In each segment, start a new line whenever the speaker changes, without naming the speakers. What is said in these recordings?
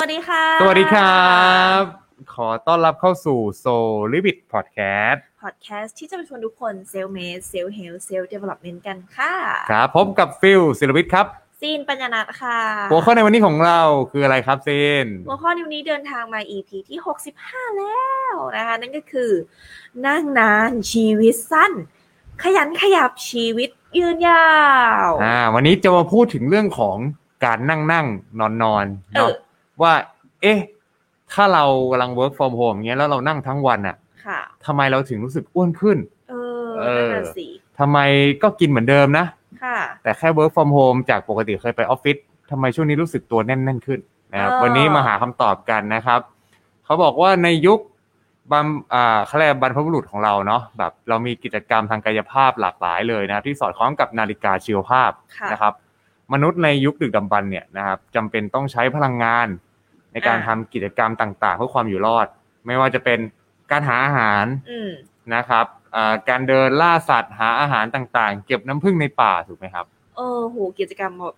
วัสดีครับ ขอต้อนรับเข้าสู่โซลิบิ t พอดแคสต์
พอดแคสต์ที่จะมาชวนทุกคนเซลเมสเซลเฮลเซลเดเวล็อปเมนต์กันค่ะ
ครับพบกับฟิลศิลวิทย์ครับ
ซีนปัญญานัทค่ะ
หัวข้อในวันนี้ของเราคืออะไรครับซีน
หัวข้อในวันนี้เดินทางมา EP ที่ 65 แล้วนะคะ นั่นก็คือ นั่งนานชีวิตสั้น ขยันขยับชีวิตยืนยาว
อ่า วันนี้จะมาพูดถึงเรื่องของการนั่งนั่งนอนนอนๆเนาะ
เออ
ว่า เอ๊ะ ถ้าเรากำลัง work from home อย่างเงี้ยแล้วเรานั่งทั้งวันอะ
ค่ะ
ทำไมเราถึงรู้สึกอ้วนขึ้น
เออนั่นน่ะ
เออ
สิ
ทำไมก็กินเหมือนเดิมนะ
ค่ะ
แต่แค่ work from home จากปกติเคยไปออฟฟิศทำไมช่วงนี้รู้สึกตัวแน่น ๆ ขึ้นนะครับ
เออ
วันนี้มาหาคำตอบกันนะครับ เขาบอกว่าในยุคบัมอ่าเขาเรียกบรรพบุรุษของเราเนาะแบบเรามีกิจกรรมทางกายภาพหลากหลายเลยนะครับที่สอดคล้องกับนาฬิกาชีวภาพ
ค่ะ
นะครับ มนุษย์ในยุคดึกดำบรรพ์เนี่ยนะครับจำเป็นต้องใช้พลังงาน ในการ
อ่า
ทำกิจกรรมต่าง ๆ เพื่อความอยู่รอด ไม่ว่าจะเป็นการหาอาหาร
อืม
นะครับอ่าการเดินล่าสัตว์หาอาหารต่างๆ เก็บน้ำผึ้งในป่าถูกไหมครับ
เออโหกิจกรรมแบบ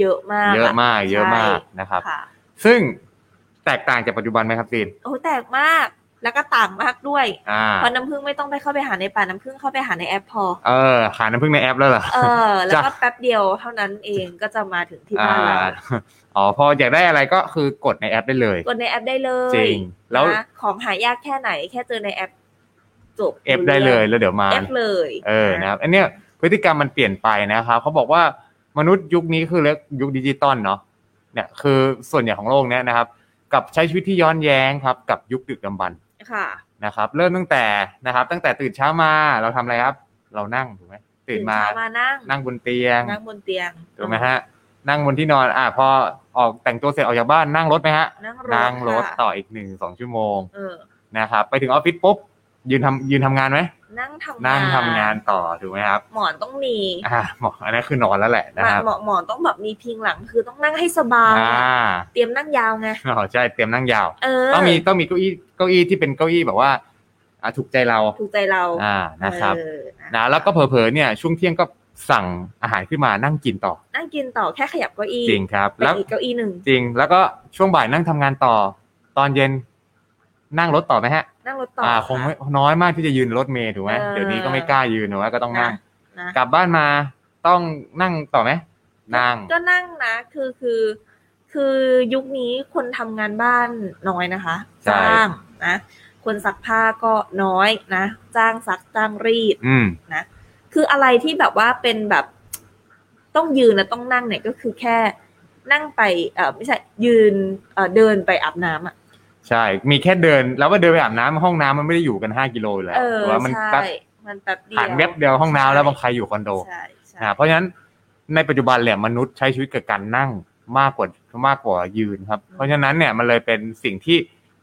เยอะมาก
เยอะมากเยอะมากนะค
ใช่
รับ
ค่ะ
ซึ่งแตกต่างจากปัจจุบันไหมครับซีน
โอ้แตกมากแล้วก็ต่างมากด้วย
อ่า
เพราะน้ำผึ้งไม่ต้องไปเข้าไปหาในป่าน้ำผึ้งเข้าไปหาในแอปพอ
เออหาน้ำผึ้งในแอปแล้วเหรอ
เออ แล้วก็
จ้ะ
แป๊บเดียวเท่านั้นเองก็จะมาถึงที่
อ่า
บ้านเรา
อ๋อพออยากได้อะไรก็คือกดในแอปได้เลย
กดในแอปได้เลย
จริง แล้ว
นะของหายากแค่ไหน แค่เจอในแอปจบ
เอฟได้เลยแล้วเดี๋ยวมา
แอปเลย
เออนะครับ อันเนี้ยพฤติกรรมมันเปลี่ยนไปนะครับเขาบอกว่ามนุษย์ยุคนี้คือเรียกยุคดิจิตอลเนาะเนี่ยคือส่วนใหญ่ของโลกเนี้ยนะครับกับใช้ชีวิตที่ย้อนแย้งครับกับยุคดึกดำบรรพ์
ค่ะ
นะครับเริ่มตั้งแต่นะครับตั้งแต่ตื่นเช้ามาเราทำอะไรครับ เรานั่งถูกไหมตื่นมา
เช้มานั่ง
นั่งบนเตียง
นั่งบนเตียง
ถูกไหมฮะนั่งบนที่นอนอ่ะพอออกแต่งตัวเสร็จออกจากบ้านนั่งรถไหมฮะ
นั่งรถ
นั่งรถ
ค่ะ
ต่ออีกหนึ่งสองชั่วโมง
เออ
นะครับไปถึงออฟฟิศปุ๊บยืนทำยืนทำงานไหม
นั่งทำ
นั่งทำงานต่อถูกไหมครับ
หมอนต้องมี
อ่าหมออันนั้นคือนอนแล้วแหละนะครับ
หมอนหมอนต้องแบบมีพิงหลังคือต้องนั่งให้สบาย
อ่า
เตรียมนั่งยาวไง
อ๋อใช่เตรียมนั่งยาว
เออ
ต้องมีต้องมีเก้าอี้เก้าอี้ที่เป็นเก้าอี้แบบว่าอ่ะถูกใจเรา
ถูกใจเรา
อ่านะครับ
เออ
นะแล้วก็เผลอๆเนี่ยช่วงเที่ยงก็สั่งอาหารขึ้นมานั่งกินต่อ
นั่งกินต่อแค่ขยับเก้าอี้
จริงครับ
แล้
แล้ว ว
อีกเก้าอี้หนึ่ง
จริงแล้วก็ช่วงบ่ายนั่งทำงานต่อ ตอนเย็นนั่งรถต่อไหมฮะ
นั่งรถต่อ
อ่า
อ่ะ
คงไม่น้อยมากที่จะยืนรถเมล์ถูกไหม
เออ
เดี๋ยวนี้ก็ไม่กล้ายืนถูกไหมก็ต้องนั่ง
นะ
กลับบ้านมาต้องนั่งต่อไหมนั่ง
ก็นั่งนะ คือคือ คือยุคนี้คนทำงานบ้านน้อยนะคะ จ้างนะ คนซักผ้าก็น้อยนะ จ้างซักจ้างรีด
อืม
คืออะไรที่แบบว่าเป็นแบบต้องยืนและต้องนั่งเนี่ยก็คือแค่นั่งไปเออไม่ใช่ยืนเออเดินไปอาบน้ำอ่ะ
ใช่ มีแค่เดินแล้วว่าเดินไปอาบน้ำห้องน้ำมันไม่ได้อยู่กันห้ากิโลอยู่แล้ว
เออ
หรือว่ามัน
ใช่
แป๊บ
มันแป๊บเดียว
ผ่านแวบเดียวห้องน้ำแล้วบางใครอยู่คอนโด
ใช่ใช่
อ่าเพราะฉะนั้นในปัจจุบันแหละมนุษย์ใช้ชีวิตกับการนั่งมากกว่ามากกว่ายืนครับ เพราะฉะนั้นเนี่ยมันเลยเป็นสิ่งที่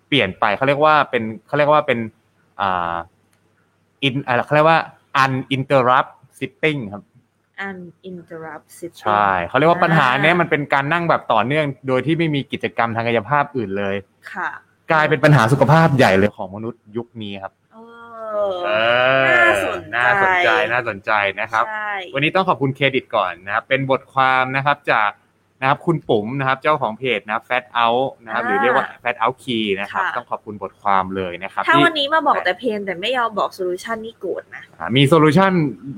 เปลี่ยนไปเขาเรียกว่าเป็นเขาเรียกว่าเป็นอ่าอินอะไรเขาเรียกว่า uninterrupt sitting ครับ
อัน interrupt sitting
ใช่เขาเรียกว่าปัญหาเนี้ย
อ่ามั
มันเป็นการนั่งแบบต่อเนื่อง โดยที่ไม่มีกิจกรรมทางกายภาพอื่นเลย
ค่ะ
กลายเป็นปัญหาสุขภาพใหญ่เลยของมนุษย์ยุคนี้ครับ
เอ
เอ
อ
อ
น่าสนใจ
น่าสนใจน่าสนใจนะครับ
ใช่
วันนี้ต้องขอบคุณเครดิตก่อนนะครับ เป็นบทความนะครับจากนะครับคุณปุ๋มนะครับ เจ้าของเพจนะครับ Fat Out นะครับห
อ่า
รือเรียกว่า Fat Out Key นะครับ
ค่ะ
ต้องขอบคุณบทความเลยนะครับ
ถ้า
ที่
วันนี้มาบอกแต่เพนแต่ไม่ยอมบอกโซลูชันนี่โกรธนะ
อ่ามีโซลูชัน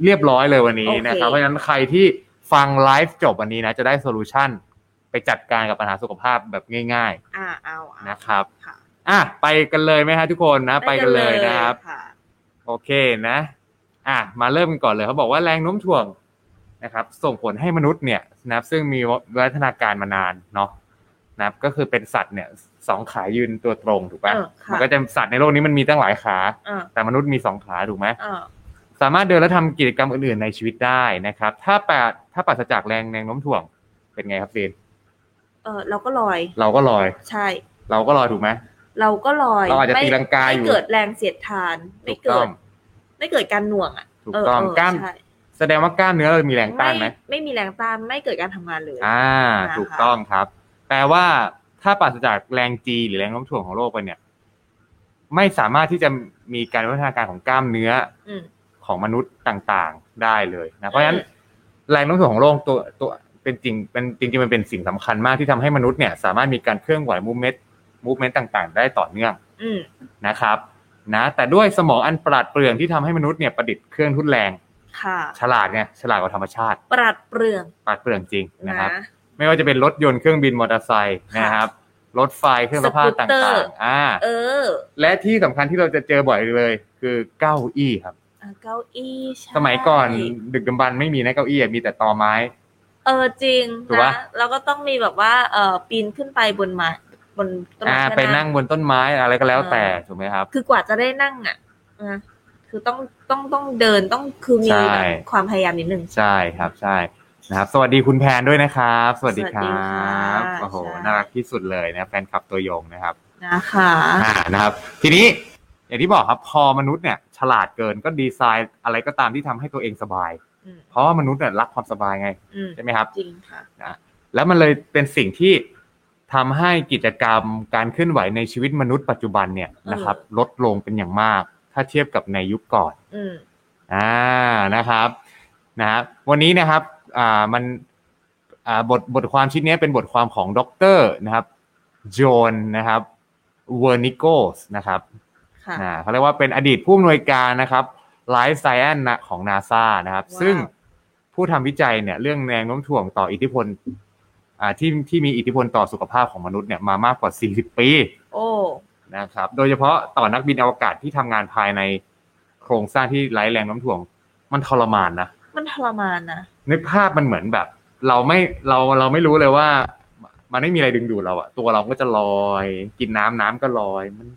เรียบร้อยเลยวันนี้นะครับ
โอเค
เพราะฉะนั้นใครที่ฟังไลฟ์จบวันนี้นะ จะได้โซลูชันไปจัดการกับปัญหาสุขภาพแบบง่าย
อ่าเอา
ๆ
เอาน
นะครับ
ค่ะ
อ่ะไปกันเลยไหมฮะทุกคนนะ ไปกันเลยนะครับ
ค่ะ
โอเคนะ อ่ะ มาเริ่มกันก่อนเลยเขาบอกว่าแรงโน้มถ่วงนะครับ ส่งผลให้มนุษย์เนี่ยนะครับซึ่งมีวัฒนาการมานานเนาะนะครับก็คือเป็นสัตว์เนี่ยสองขายืนตัวตรงถูกปะ
เออค่ะ
มันก็จะสัตว์ในโลกนี้มันมีตั้งหลายขา
เออ
แต่มนุษย์มีสองขาถูกไหม
เออ
สามารถเดินและทำกิจกรรมอื่นๆในชีวิตได้นะครับ ถ้าแปดถ้าปราศจากแรงแรงโน้มถ่วงเป็นไงครับซีน
เออเราก็ลอย
เราก็ลอย
ใช่
เราก็ลอยถูกไหม
เราก็ลอย
เราอาจจะ
ไม่
ตีลังกาอยู่
ไม่เกิดแรงเสียดทาน
ถู
ไม่
ก
เกิ
ต้อ
ด
ง
ไม่เกิดการหน่วงอ่ะ
ถูกต้อง
เเ
กล้าม
ใช่
แสดงว่ากล้ามเนื้อเรามีแรงต้านไหม
ไม่มีแรงต้าน ไม่เกิดการทำงานเลย
อ่า
นะคะ
ถูกต้องครับแปลว่าถ้าปราศจากแรงจีหรือแรงโน้มถ่วงของโลกไปเนี่ย ไม่สามารถที่จะมีการพัฒนาการของกล้ามเนื้อ
อืม
ของมนุษย์ต่างๆ ได้เลยนะเพราะฉะนั้น
อืม
แรงโน้มถ่วงของโลกตัวตัวเป็นจริงเป็นจริงๆมันเป็นสิ่งสำคัญมากที่ทำให้มนุษย์เนี่ย สามารถมีการเคลื่อนไหวมูเมนต์ มูฟเมนต์ต่างๆ ได้ต่อเนื่อง
อืม
นะครับนะแต่ด้วยสมองอันปราดเปรื่องที่ทำให้มนุษย์เนี่ยประดิษฐ์เครื่องทุนแรง
ค่ะ
ฉลาดเนี่ยฉลาดกว่าธรรมชาติ
ปรัดเปรื่อง
ปราดเปรื่องจริง
นะ
นะครับ ไม่ว่าจะเป็นรถยนต์เครื่องบินมอเตอร์ไซค์นะครับ รถไฟเครื่องสภาพ
สกู
ต่
ตเตอ
าง
ร์
ๆอ่า
เออ
และที่สำคัญที่เราจะเจอบ่อยเลย คือเก้าอี้ครับ
อ่ะเก้าอี้ใช่
สมัยก่อนดึกดำบรรพ์ไม่มีนะเก้าอี้อะมีแต่ตอไม้
เออจริง
ถูก
นะ
ปะ
แล้วก็ต้องมีแบบว่าเออปีนขึ้นไปบนไม้บนต้น
อ่า
ไม้
ไปนั่งบนต้นไม้อะไรก็แล้วแต่
เออ
ถูกไหมครับ
คือกว่าจะได้นั่งอ่ะนะคือต้องต้องต้องเดินต้องคือมี
ใช่
แบบความพยายามนิดนึง
ใช่ครับใช่นะครับ สวัสดีคุณแพนด้วยนะครับ สวัสดีค
สวัสดี
รั
ค่ะ
บโอ้โห
ใช่
น่ารักที่สุดเลยนะแฟนคลับตัวยงนะครับ
นะคะ
อ่านะครับ ทีนี้อย่างที่บอกครับพอมนุษย์เนี่ย ฉลาดเกินก็ดีไซน์อะไรก็ตามที่ทำให้ตัวเองสบาย
อืม
เพราะว่ามนุษย์เนี่ยรักความสบายไง
อืม
ใช่ไหมครับ
จริงค่ะ
แล้วมันเลยเป็นสิ่งที่ทำให้กิจกรรมการเคลื่อนไหวในชีวิตมนุษย์ปัจจุบันเนี่ย
เออ
นะครับ ลดลงเป็นอย่างมาก ถ้าเทียบกับในยุคก่อน
อืม
อ่านะครับนะครับ วันนี้นะครับอ่ามันอ่าบทบทความชิ้นเนี้ยเป็นบทความของดรนะครับโจนนะครับเวอร์นิโกสนะครับ
ค่ะ
อ่าเขาเรียกว่าเป็นอดีตผู้อำนวยการนะครับไลฟ์ไซแอนนะของนาซานะครับ
ว้าว
ซึ่งผู้ทำวิจัยเนี่ยเรื่องแรงโน้มถ่วงต่ออิทธิพลอ่าที่ที่มีอิทธิพลต่อสุขภาพของมนุษย์เนี่ยมามากกว่า 40 ปี
โอ้
นะครับ โดยเฉพาะต่อนักบินอวกาศที่ทำงานภายในโครงสร้างที่ไร้แรงโน้มถ่วง มันทรมานนะ
มันทรมานนะ
นึกภาพมันเหมือนแบบ เราไม่เราเราไม่รู้เลยว่า มันไม่มีอะไรดึงดูดเราอะตัวเราก็จะลอย กินน้ำน้ำก็ลอย มัน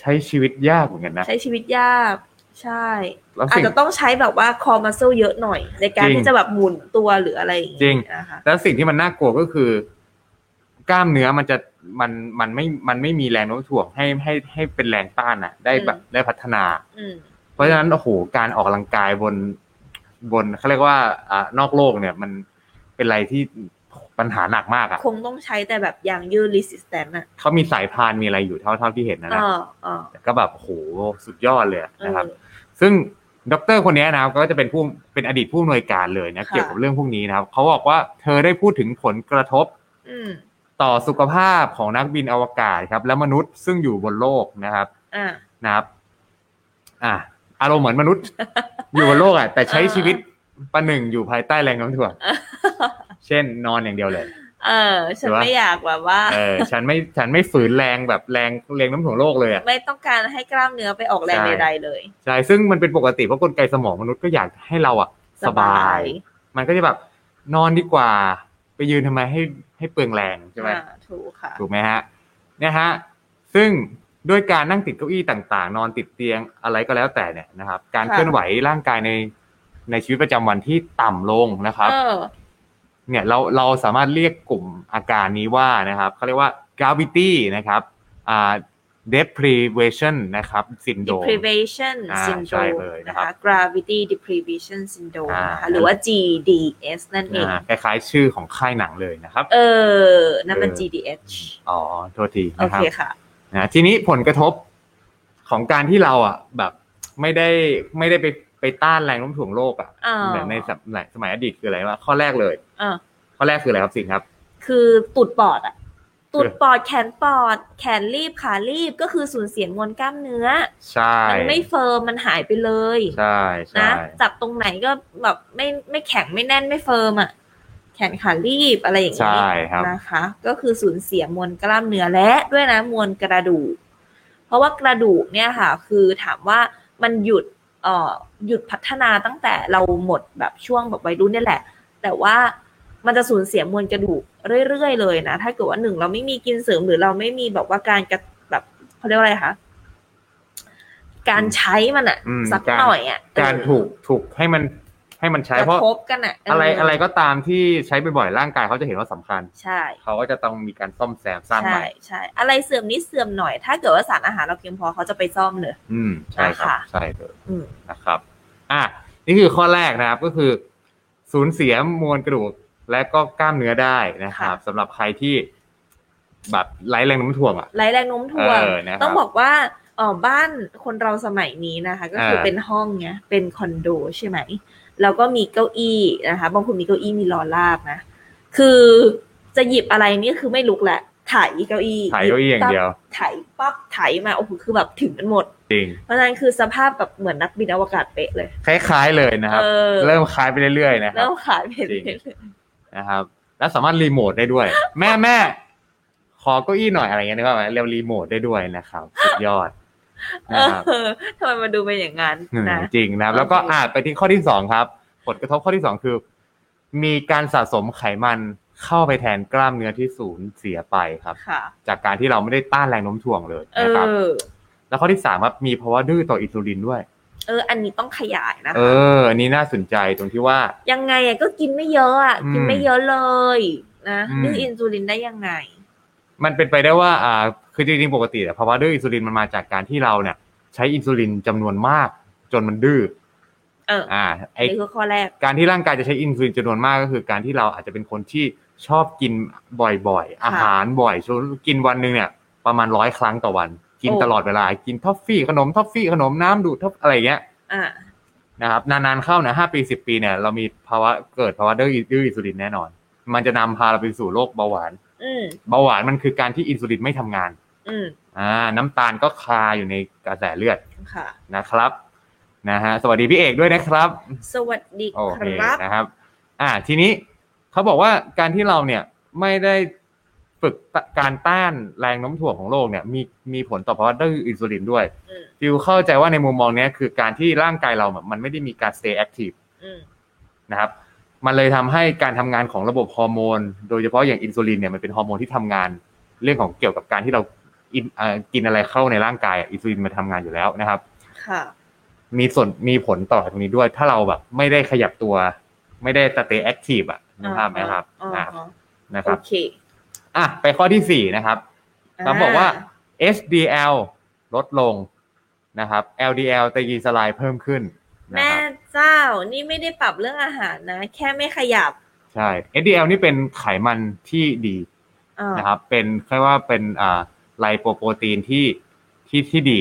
ใช้ชีวิตยากเหมือนกันนะ
ใช้ชีวิตยาก ใช่
แล้ว
อาจ
สิ่ง
จะต้องใช้แบบว่าคอมัสเซลเยอะหน่อย ในการ
จริง
ที่จะแบบหมุนตัวหรืออะไรอย่าง
จริ
เงี้
ง
ยนะคะ
แล้วสิ่งที่มันน่ากลัวก็คือ กล้ามเนื้อมันจะมันมันไม่มันไม่มีแรงโน้มถ่วงให้ให้ให้เป็นแรงต้านอะได้แบบได้พัฒนา
อืม
เพราะฉะนั้นโอ้โหการออกกำลังกายบนบนเขาเรียกว่าอ่านอกโลกเนี่ย มันเป็นอะไรที่ปัญหาหนักมากอะ่ะ
คงต้องใช้แต่แบบอย่างยืด resistance อ่ะ
เขามีสายพานมีอะไรอยู่เท่าเท่าที่เห็นนะ
เอ
นะ
อเออ
แต่ก็แบบโอ้โหสุดยอดเลย
เออ
นะครับ ซึ่งดรคนเนี้ยนะครับก็จะเป็นผู้เป็นอดีตผู้อำนวยการเลยนะ
ค่ะ
เกี่ยวกับเรื่องพวกนี้นะครับเขาบอกว่าเธอได้พูดถึงผลกระทบ
อืม
ต่อสุขภาพของนักบินอวกาศครับ และมนุษย์ซึ่งอยู่บนโลกนะครับ
อ่ะ
นะครับอ่ะอารมณ์เหมือนมนุษย์ อยู่บนโลกอ่ะ แต่ใช้
เออ
ชีวิตประหนึ่งอยู่ภายใต้แรงโน้มถ่วง เช่นนอนอย่างเดียวเลย
เออ ฉัน
หรือว่า
ไม่อยากแบบว่า
เออ ฉันไม่ฉันไม่ฝืนแรงแบบแรงแรงโน้มถ่วงโลกเลยอ่ะ
ไม่ต้องการให้กล้ามเนื้อไปออกแรง
ใช่
ใดๆเลย
ใช่ซึ่งมันเป็นปกติเพราะกลไกสมองมนุษย์ก็อยากให้เราอ่ะ สบาย มันก็จะแบบนอนดีกว่า ไปยืนทำไมให้ให้เปลืองแรงใช่ไหม
อ่าถูกค่ะ
ถูกไหมฮะเนี่ยฮะ ซึ่งด้วยการนั่งติดเก้าอี้ต่างๆ นอนติดเตียงอะไรก็แล้วแต่เนี่ยนะครับ การ
ค่ะ
เคลื่อนไหวร่างกายในในชีวิตประจำวันที่ต่ำลงนะครับ
เออ
เนี่ยเราเราสามารถเรียกกลุ่มอาการนี้ว่านะครับเขาเรียกว่า gravity นะครับอ่า deprivation นะครับซินโดม
deprivation
อ่าใช่
syndrome
เลยนะ
นะ
ครั
คะ
บ
gravity deprivation syndrome
อ่า
นะคะหรือว่า GDS นั่นเอง
คล้ายๆชื่อของค่ายหนังเลยนะครับ
เออ นั่นมัน
เออ
GDH
อ๋อ โทษที
โอ
นะครั
เค
บ
ค่ะ
นะทีนี้ผลกระทบของการที่เราอ่ะ แบบไม่ได้ไม่ได้ไปไปต้านแรงโน้มถ่วงโลกอ่ะ
อ่า
แบบในสมัยสมัยอดีตคืออะไรวะข้อแรกเลย
เออ
ข้อแรกคืออะไรครับสิงห์ครับ
คือตูดปอดอะ
คือ
ตูดปอดแขนปอด แขนรีบขารีบก็คือสูญเสียมวลกล้ามเนื้อ
ใช่
มันไม่เฟิร์มมันหายไปเลย
ใช่
นะ
ใช่
จับตรงไหนก็แบบไม่ไม่แข็งไม่แน่นไม่เฟิร์มอะแขนขารีบอะไรอย่าง
ใช่
นี้
ครับ
นะคะก็คือสูญเสียมวลกล้ามเนื้อและด้วยนะมวลกระดูก เพราะว่ากระดูกเนี่ยค่ะ คือถามว่ามันหยุดเอ่อหยุดพัฒนาตั้งแต่เราหมดแบบช่วงแบบวัยรุ่นเนี่ยแหละ แต่ว่ามันจะสูญเสียมวลกระดูกเรื่อยๆเลยนะถ้าเกิดว่าหนึ่งเราไม่มีกินเสริมหรือเราไม่มีแบบว่าการกระแบบเขาเรียกว่าอะไรคะการใช้มันอะ
อืม
สัก
การ
หน่อยอะ
การถูกถูกให้มันให้มัน
ก
ใช้เพ
ระ
ราะ
ทบกันอะเ
อะไรอะไรก็ตามที่ใช้บ่อยๆร่างกายเขาจะเห็นว่าสำคัญ
ใช่
เขาก็จะต้องมีการซ่อมแซมสร้างใหม่
ใช่ใช่อะไรเสื่อมนิดเสื่อมหน่อย ถ้าเกิดว่าสารอาหารเราเพียงพอเขาจะไปซ่อมเลย
อืมใช่ครับ
ค่ะ
ใช่เลย
อืม
นะครับ อ่ะนี่คือข้อแรกนะครับก็คือ สูญเสียมวลกระดูกและก็กล้ามเนื้อได้นะครับสำหรับใครที่แบบไร้แรงโน้ำถ่วงอ่ะ
ไร้แรงโน้มถ่วง
เออนะครับ
ต้องบอกว่าเออบ้านคนเราสมัยนี้นะคะ ก็คือ
เออ
เป็นห้องเนี้ยเป็นคอนโดใช่ไหมแล้วก็มีเก้าอี้นะคะบางคนมีเก้าอี้มีล้อลากนะ คือจะหยิบอะไรนี่คือไม่ลุกแหละ ข ไถเก้าอี้
ถ่ายเก้าอี้อย่างเดียว
ไถปั๊บไถมาโอ้โหคือแบบถึงกันหมด
จริง
เพราะฉะนั้นคือสภาพแบบเหมือนนักบินอวกาศเป๊ะเลย
คล้ายๆเลยนะครับ
เออ
เริ่มคล้ายไปเรื่อยๆนะครั
เริ่
บ
มขายไป
จริง
เรื่อย
นะครับ แล้วสามารถรีโมทได้ด้วย แม่แม่ขอเก้าอี้หน่อยอะไรเงี้ยนึกว่าไหมเรียกรีโมทได้ด้วยนะครับ สุดยอด
ๆเอ
นะครับ
อทำไมมันดูเป็นอย่างนั้น
อืม
นะ
จริงนะครับ แล้วก็อาจไปที่ข้อที่สองครับ ผลกระทบข้อที่สองคือ มีการสะสมไขมันเข้าไปแทนกล้ามเนื้อที่สูญเสียไปครับ
ค่ะ
จากการที่เราไม่ได้ต้านแรงโน้มถ่วงเลย
เอ
นะครับ
อ
แล้วข้อที่สามครับมีภาวะดื้อต่ออินซูลินด้วย
เออ อันนี้ต้องขยายนะ
เอ
คะ
อ อันนี้น่าสนใจตรงที่ว่า
ยังไงอะก็กินไม่เยอะอะ
อืม
กินไม่เยอะเลยนะ
อืม
ดื้ออินซูลินได้ยังไง
มันเป็นไปได้ว่า อ่า คือจริงๆ ปกติเนี่ยภาวะดื้ออินซูลินมันมาจากการที่เราเนี่ย ใช้อินซูลินจำนวนมาก จนมันดื้อ
เออ
อ่า ไอ
นี่คือข้อแรก
การที่ร่างกายจะใช้อินซูลินจำนวนมากก็คือ การที่เราอาจจะเป็นคนที่ชอบกินบ่อยๆ อาหารบ่อยชวนกินวันหนึ่งเนี่ย ประมาณร้อยครั้งต่อวัน กิน
โอ้
ตลอดเวลา กินท็อฟฟี่ขนมท็อฟฟี่ขนมน้ำดูดท็อฟอะไรอย่างเงี้ย
อ่ะ
นะครับนานๆเข้านะห้าปีสิบปีเนี่ยเรามีภาวะเกิดภาวะดื้อดื้ออินซูลินแน่นอน มันจะนำพาเราไปสู่โรคเบาหวาน
อืม
เบาหวานมันคือการที่อินซูลินไม่ทำงาน
อืม
อ่าน้ำตาลก็คาอยู่ในกระแสเลือด
ค่ะ
นะครับนะฮะสวัสดีพี่เอกด้วยนะครับ
สวัสดี
โอ
ค
เครับ นะครับ อ่าทีนี้เขาบอกว่าการที่เราเนี่ยไม่ได้ฝึกตการต้านแรงโน้มถ่วงของโลกเนี่ยมีมีผลต่อภาวะดื้ออินซูลินด้วย
อืม
ฟิวเข้าใจว่าในมุมมองเนี้ยคือการที่ร่างกายเราแบบมันไม่ได้มีการ stay active
อืม
นะครับ มันเลยทำให้การทำงานของระบบฮอร์โมน โดยเฉพาะอย่างอินซูลินเนี่ยมันเป็นฮอร์โมนที่ทำงาน เรื่องของเกี่ยวกับการที่เราอินเอ่อกินอะไรเข้าในร่างกายอะอินซูลินมันทำงานอยู่แล้วนะครับ
ค่ะ
มีส่วนมีผลต่อตรงนี้ด้วย ถ้าเราแบบไม่ได้ขยับตัว ไม่ได้สเตย์แอคทีฟอะนึกภาพไหมครับ
อ่า
อ่ะ
ฮะอ่าฮะ
นะค
โอ
รับ
เค
อ่ะไปข้อที่สี่นะครับ เขาบอกว่า HDL ลดลงนะครับ LDL ตะกีสลายเพิ่มขึ้นนะ
แม่
ครับ
เจ้า นี่ไม่ได้ปรับเรื่องอาหารนะ แค่ไม่ขยับ
ใช่ HDL นี่เป็นไขมันที่ดี
อ่า
นะครับ เป็นเรียกว่าเป็นอ่าไลโปโปรตีนที่ที่ที่ดี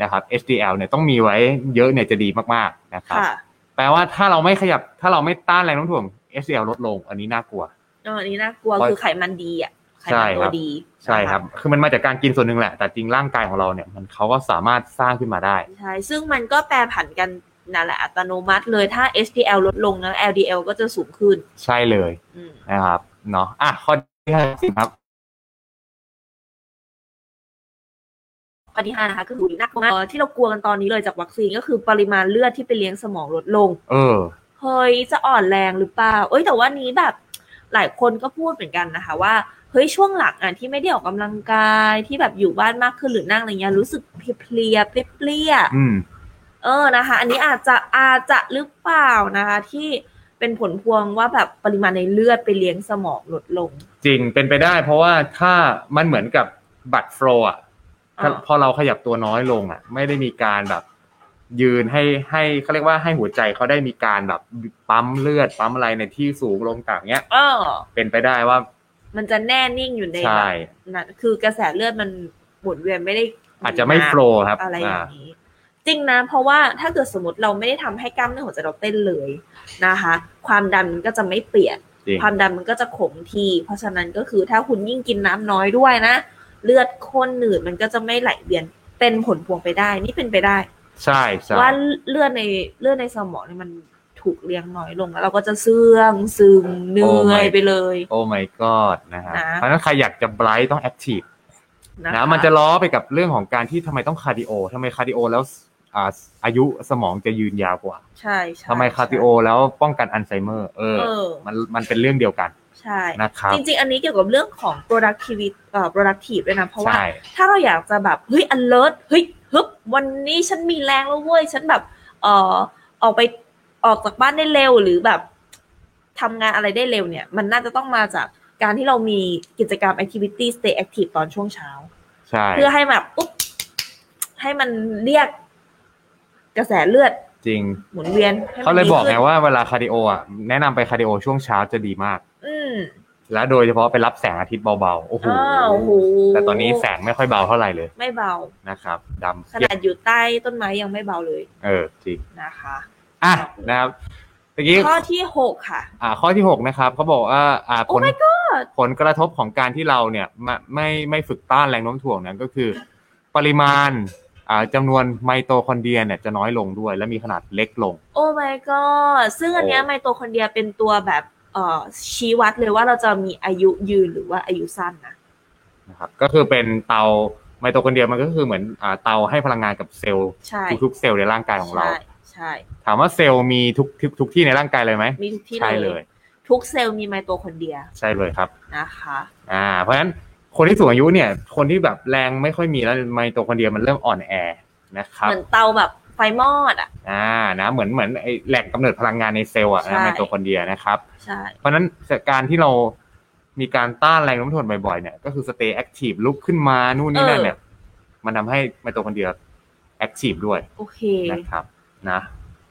นะครับ HDL เนี่ยต้องมีไว้เยอะเนี่ยจะดีมากๆนะครับ
ค่ะ
แปลว่าถ้าเราไม่ขยับถ้าเราไม่ต้านแรงโน้มถ่วง HDL ลดลง อันนี้น่ากลัว
เอออันนี้น่ากลัว
เพราะ
คือไขมันดีอ่ะ ไขมัน
ใช่
ตั
คว รับ
ดี
ใช่ครับ คือมันมาจากการกินส่วนหนึ่งแหละ แต่จริงร่างกายของเราเนี่ยมันเขาก็สามารถสร้างขึ้นมาได้
นะคะใช่ ซึ่งมันก็แปรผันกันนั่นแหละอัตโนมัติเลย ถ้า HDL ลดลงนะ LDL ก็จะสูงขึ้น
ใช่เลย
อืม
นะครับเนาะอ่ะข้อที่ห้าสิบครับ
ข้อที่ห้านะคะก็คือหนักลัวมากเอ่อที่เรากลัวกันตอนนี้เลยจากวัคซีนก็คือปริมาณเลือดที่ไปเลี้ยงสมองลดลง
เออ
เฮ้ยจะอ่อนแรงหรือเปล่า เอ้ยแต่ว่านี้แบบหลายคนก็พูดเหมือนกันนะคะ ว่าเฮ้ยช่วงหลังอ่ะที่ไม่ได้ออกกำลังกายที่แบบอยู่บ้านมากขึ้นหรือนั่งอะไรเงี้ยรู้สึกเพลียๆเปรี้ย
อืม
ๆเออนะคะ อันนี้อาจจะอาจจะหรือเปล่านะคะ ที่เป็นผลพวงว่าแบบปริมาณในเลือดไปเลี้ยงสมองลดลง
จริงเป็นไปได้เพราะว่าถ้ามันเหมือนกับบัตรโฟลว์อ่ะถ้า
อ่า
พอเราขยับตัวน้อยลงอ่ะ ไม่ได้มีการแบบ ยืนให้ให้เขาเรียกว่าให้หัวใจเขาได้มีการแบบปั๊มเลือดปั๊มอะไรในที่สูงลงต่างเนี้ย
เออ
เป็นไปได้ว่า
มันจะแน่นิ่งอยู่ใน
ใช่
แบบนั้นคือกระแสเลือดมันหมุนเวียนไม่ได้
อาจจะไม่
ดี
โฟ
ก
ลว์ครับ
อะไรอย่า
อ่าง
นี้ จริงนะ เพราะว่าถ้าเกิดสมมติเราไม่ได้ทำให้กล้ามเนื้อหัวใจเราเต้นเลยนะคะ ความดันมันก็จะไม่เปลี่ยน
จริง
ความดันมันก็จะขมที เพราะฉะนั้นก็คือถ้าคุณยิ่งกินน้ำน้อยด้วยนะ เลือดข้นหนืดมันก็จะไม่ไหลเวียนเป็นผลพวงไปได้ นี่เป็นไปได้
ใช่ใช่
ว่าเลือดในเลือดในสมองเนี่ยมันถูกเลี้ยงน้อยลงแล้วเราก็จะเสื่องซึมเหนื่อยไปเลย
โอ้ my god นะครับเพราะฉะนั้นใครอยากจะไบรท์ต้องแอคทีฟ
นะคะ
นะมันจะล้อไปกับเรื่องของการที่ทำไมต้องคาร์ดิโอทำไมคาร์ดิโอแล้วอ่าอายุสมองจะยืนยาวกว่า
ใช่ใช่
ทำไมคาร์ดิโอแล้วป้องกันอัลไซเมอร์เออ
เออ
มันมันเป็นเรื่องเดียวกัน
ใช่
นะครับ
จริง ๆ อันนี้เกี่ยวกับเรื่องของ productivity เอ่อ productive ด้วยนะ เพราะว่า
ใช่
ถ้าเราอยากจะแบบ เฮ้ย alert เฮ้ยฮึบวันนี้ฉันมีแรงแล้วเว้ย ฉันแบบเอ่อออกไปออกจากบ้านได้เร็วหรือแบบทำงานอะไรได้เร็วเนี่ย มันน่าจะต้องมาจากการที่เรามีกิจกรรม activity stay active ตอนช่วงเช้า
ใช่
เพื่อให้แบบปุ๊บให้มันเรียกกระแสเลือด
จริง
หมุนเวียนให้มัน
เขาเลยบอกไง
ดีขึ้น
ว่าเวลาคาร์ดิโออ่ะแนะนำไปคาร์ดิโอช่วงเช้าจะดีมาก
อืม
และโดยเฉพาะไปรับแสงอาทิตย์เบาๆโอ้โห
อ้าวโอ้โห
แต่ตอนนี้แสงไม่ค่อยเบาเท่าไหร่เลย
ไม่เบา
นะครับดำ
ขนาดอยู่ใต้ต้นไม้ยังไม่เบาเลย
เออจริง
นะคะ
อ่ะนะครับ จ ตะกี้
ข้อที่หกค่ะ
อ่าข้อที่หกนะครับเขาบอกว่าอ่าผ
โอ้
ล
my god
ผลกระทบของการที่เราเนี่ยไม่ไม่ไม่ฝึกต้านแรงโน้มถ่วงนั้นก็คือ ปริมาณอ่าจำนวนไมโตคอนเดรียเนี่ยจะน้อยลงด้วย และมีขนาดเล็กลง
โอ้ my god ซึ่งอันเนี้ย
โอ้
ไมโตคอนเดรียเป็นตัวแบบเอ่อชี้วัดเลยว่าเราจะมีอายุยืนหรือว่าอายุสั้นนะ
นะครับก็คือเป็นเตาไมโตคอนเดรียมันก็คือเหมือนอ่าเตาให้พลังงานกับเซลล์
ใช่
ทุกๆเซลล์ในร่างกายของเรา
ใช่ใช่
ถามว่าเซลล์มีทุกทุกทุกที่ในร่างกายเลยไหม
มีทุกที่
ใช่เลย
ทุกเซลล์มีไมโตคอนเดรีย
ใช่เลยครับ
นะคะ
อ่า เพราะฉะนั้นคนที่สูงอายุเนี่ย คนที่แบบแรงไม่ค่อยมีแล้วไมโตคอนเดรียมันเริ่มอ่อนแอนะครับ
เหมือนเตาแบบไฟมอดอ่ะ
อ่านะเหมือนเหมือนไอ้แหล่งกำเนิดพลังงานในเซลล์อะ
ใช่
นะไมโตคอนเดรียนะครับ
ใช่
เพราะฉะนั้นจากการที่เรามีการต้านแรงโน้มถ่วงบ่อยๆเนี่ยก็คือ stay active ลุกขึ้นมานู่นนี่นั่น
เออ
เนี่ย มันทำให้ไมโตคอนเดรีย active ด้วย
โอเค
นะครับนะ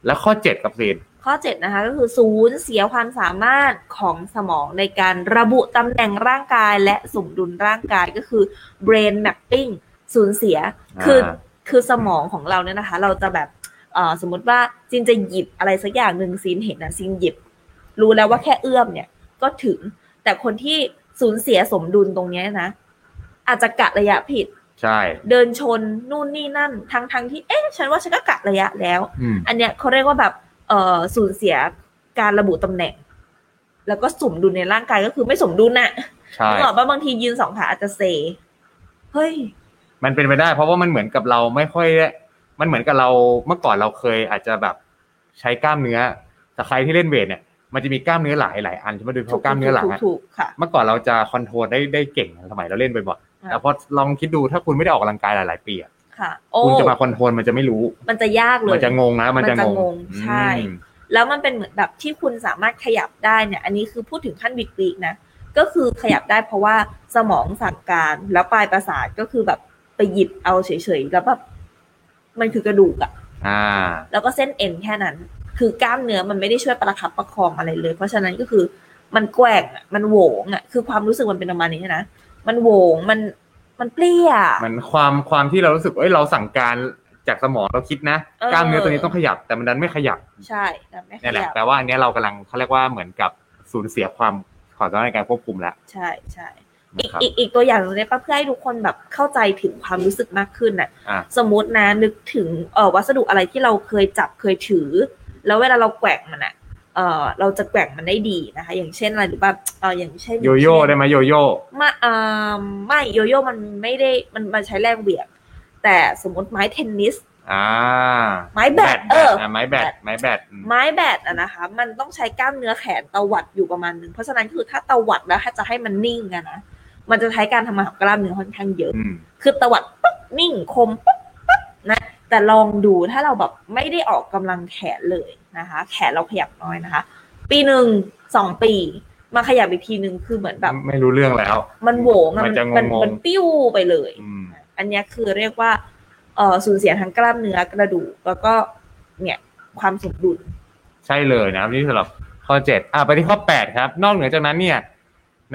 แล้วข้อเจ็ดกับสิบ
ข้อ 7 นะคะก็คือศูนย์เสียความสามารถของสมองในการระบุตำแหน่งร่างกายและสมดุลร่างกายก็คือ brain mapping สูญเสีย คืออา คือสมองของเราเนี่ยนะคะ เราจะแบบเอ่อสมมติว่าซินจะหยิบอะไรสักอย่างหนึ่งซินเห็นนะซินหยิบ รู้แล้วว่าแค่เอื้อมเนี่ยก็ถึง แต่คนที่สูญเสียสมดุลตรงเนี้ยนะ อาจจะกะระยะผิด
ใช่
เดินชนนู่นนี่นั่นทั้งทั้งที่เอ๊ะฉันว่าฉันก็กะระยะแล้ว
อืม
อันเนี้ยเขาเรียกว่าแบบเอ่อสูญเสียการระบุตำแหน่ง แล้วก็สมดุลในร่างกายก็คือไม่สมดุลน่ะ
ใช่
นึกออกว่าบางทียืนสองขาอาจจะเซเฮ้ย
มันเป็นไปได้ เพราะว่ามันเหมือนกับเราไม่ค่อยได้มันเหมือนกับเราเมื่อก่อนเราเคยอาจจะแบบใช้กล้ามเนื้อแต่ใครที่เล่นเวทเนี่ยมันจะมีกล้ามเนื้อหลายหลายอันใช่ไหมโดยเฉพาะกล้ามเนื้อหลัง
ถูก
อะ
ถูกถูกค่ะ
เมื่อก่อนเราจะคอนโทรลได้ได้เก่งสมัยเราเล่นบ่อย
อ่ะ
ๆแต่พอลองคิดดูถ้าคุณไม่ได้ออกกำลังกายหลาย ๆ ปีอะ
ค่ะ โอ้
คุณจะมาคอนโทรลมันจะไม่รู้
มันจะยากเลย
มันจะงงนะ มันจะ
มันจะ
ง
งง
ง
ใช่
อืม
แล้วมันเป็นเหมือนแบบที่คุณสามารถขยับได้เนี่ย อันนี้คือพูดถึงขั้นวิกฤตนะ ก็คือขยับได้เพราะว่าสมองสั่งการแล้วปลายประสาทก็คือแบบไปหยิบเอาเฉยๆแล้วแบบมันคือกระดูกอะ
อ่า
แล้วก็เส้นเอ็นแค่นั้น คือกล้ามเนื้อมันไม่ได้ช่วยประคับประคองอะไรเลย เพราะฉะนั้นก็คือมันแกว่งอะมันโหวงอ่ะ คือความรู้สึกมันเป็นประมาณนี้นะ มันโหวง มัน มันเปรี้ย
มันความความที่เรารู้สึกเอ้ยเราสั่งการจากสมองเราคิดนะ
เออ
กล้ามเนื้อตัวนี้ต้องขยับ แต่มันดันไม่ขยับ
ใช่นะแม่ข
นี่นแหละ
ยับ
แปลว่าอันเนี้ยเรากำลังเขาเรียกว่าเหมือนกับสูญเสียความความสามารถในการควบคุมแล้ว
ใช่ใช่อี
นะ
ก
ครับ
อีกอีกตัวอย่างหนึงได้ปะเพื่อให้ทุกคนแบบเข้าใจถึงความรู้สึกมากขึ้นน่ะ
อ่ะ
สมมตินะนึกถึงเออวัสดุอะไรที่เราเคยจับเคยถือ แล้วเวลาเราแกว่งมันอ่ะ เออเราจะแกว่งมันได้ดีนะคะ อย่างเช่นอะไรหรือแบบเอออย่างเช่น
โยโย่ได้ไหมโยโย่
มาเอ่อไม่โยโย่มันไม่ได้มันมันใช้แรงเหวี่ยง แต่สมมติไม้เทนนิส
อ่า
ไม้แบดเออ
ะไม้แบดไม้แบดอืม
ไม้แบดอะนะคะ มันต้องใช้กล้ามเนื้อแขนตวัดอยู่ประมาณหนึ่งเพราะฉะนั้นคือถ้าตวัดแล้วถ้าจะให้มันนิ่งอะนะมันจะใช้การทำงานของกล้ามเนื้อค่อนข้างเยอะ
อืม
คือตวัดปุ๊บนิ่งคมปุ๊บปุ๊บนะแต่ลองดูถ้าเราแบบไม่ได้ออกกำลังแขนเลยนะคะ แขนเราขยับน้อยนะคะ ปีหนึ่งสองปี มาขยับอีกทีหนึ่งคือเหมือนแบบ
ไม่รู้เรื่องแล้ว
มันโหวงอะ
มันจะงงๆ
มัมันปิ้วไปเลย
อืม
อันเนี้ยคือเรียกว่าเอ่อสูญเสียทั้งกล้ามเนื้อกระดูกแล้วก็เนี่ยความสมดุล
ใช่เลยนะครับนี่สำหรับข้อเจ็ดอ่ะไปที่ข้อแปดครับ นอกเหนือจากนั้นเนี่ย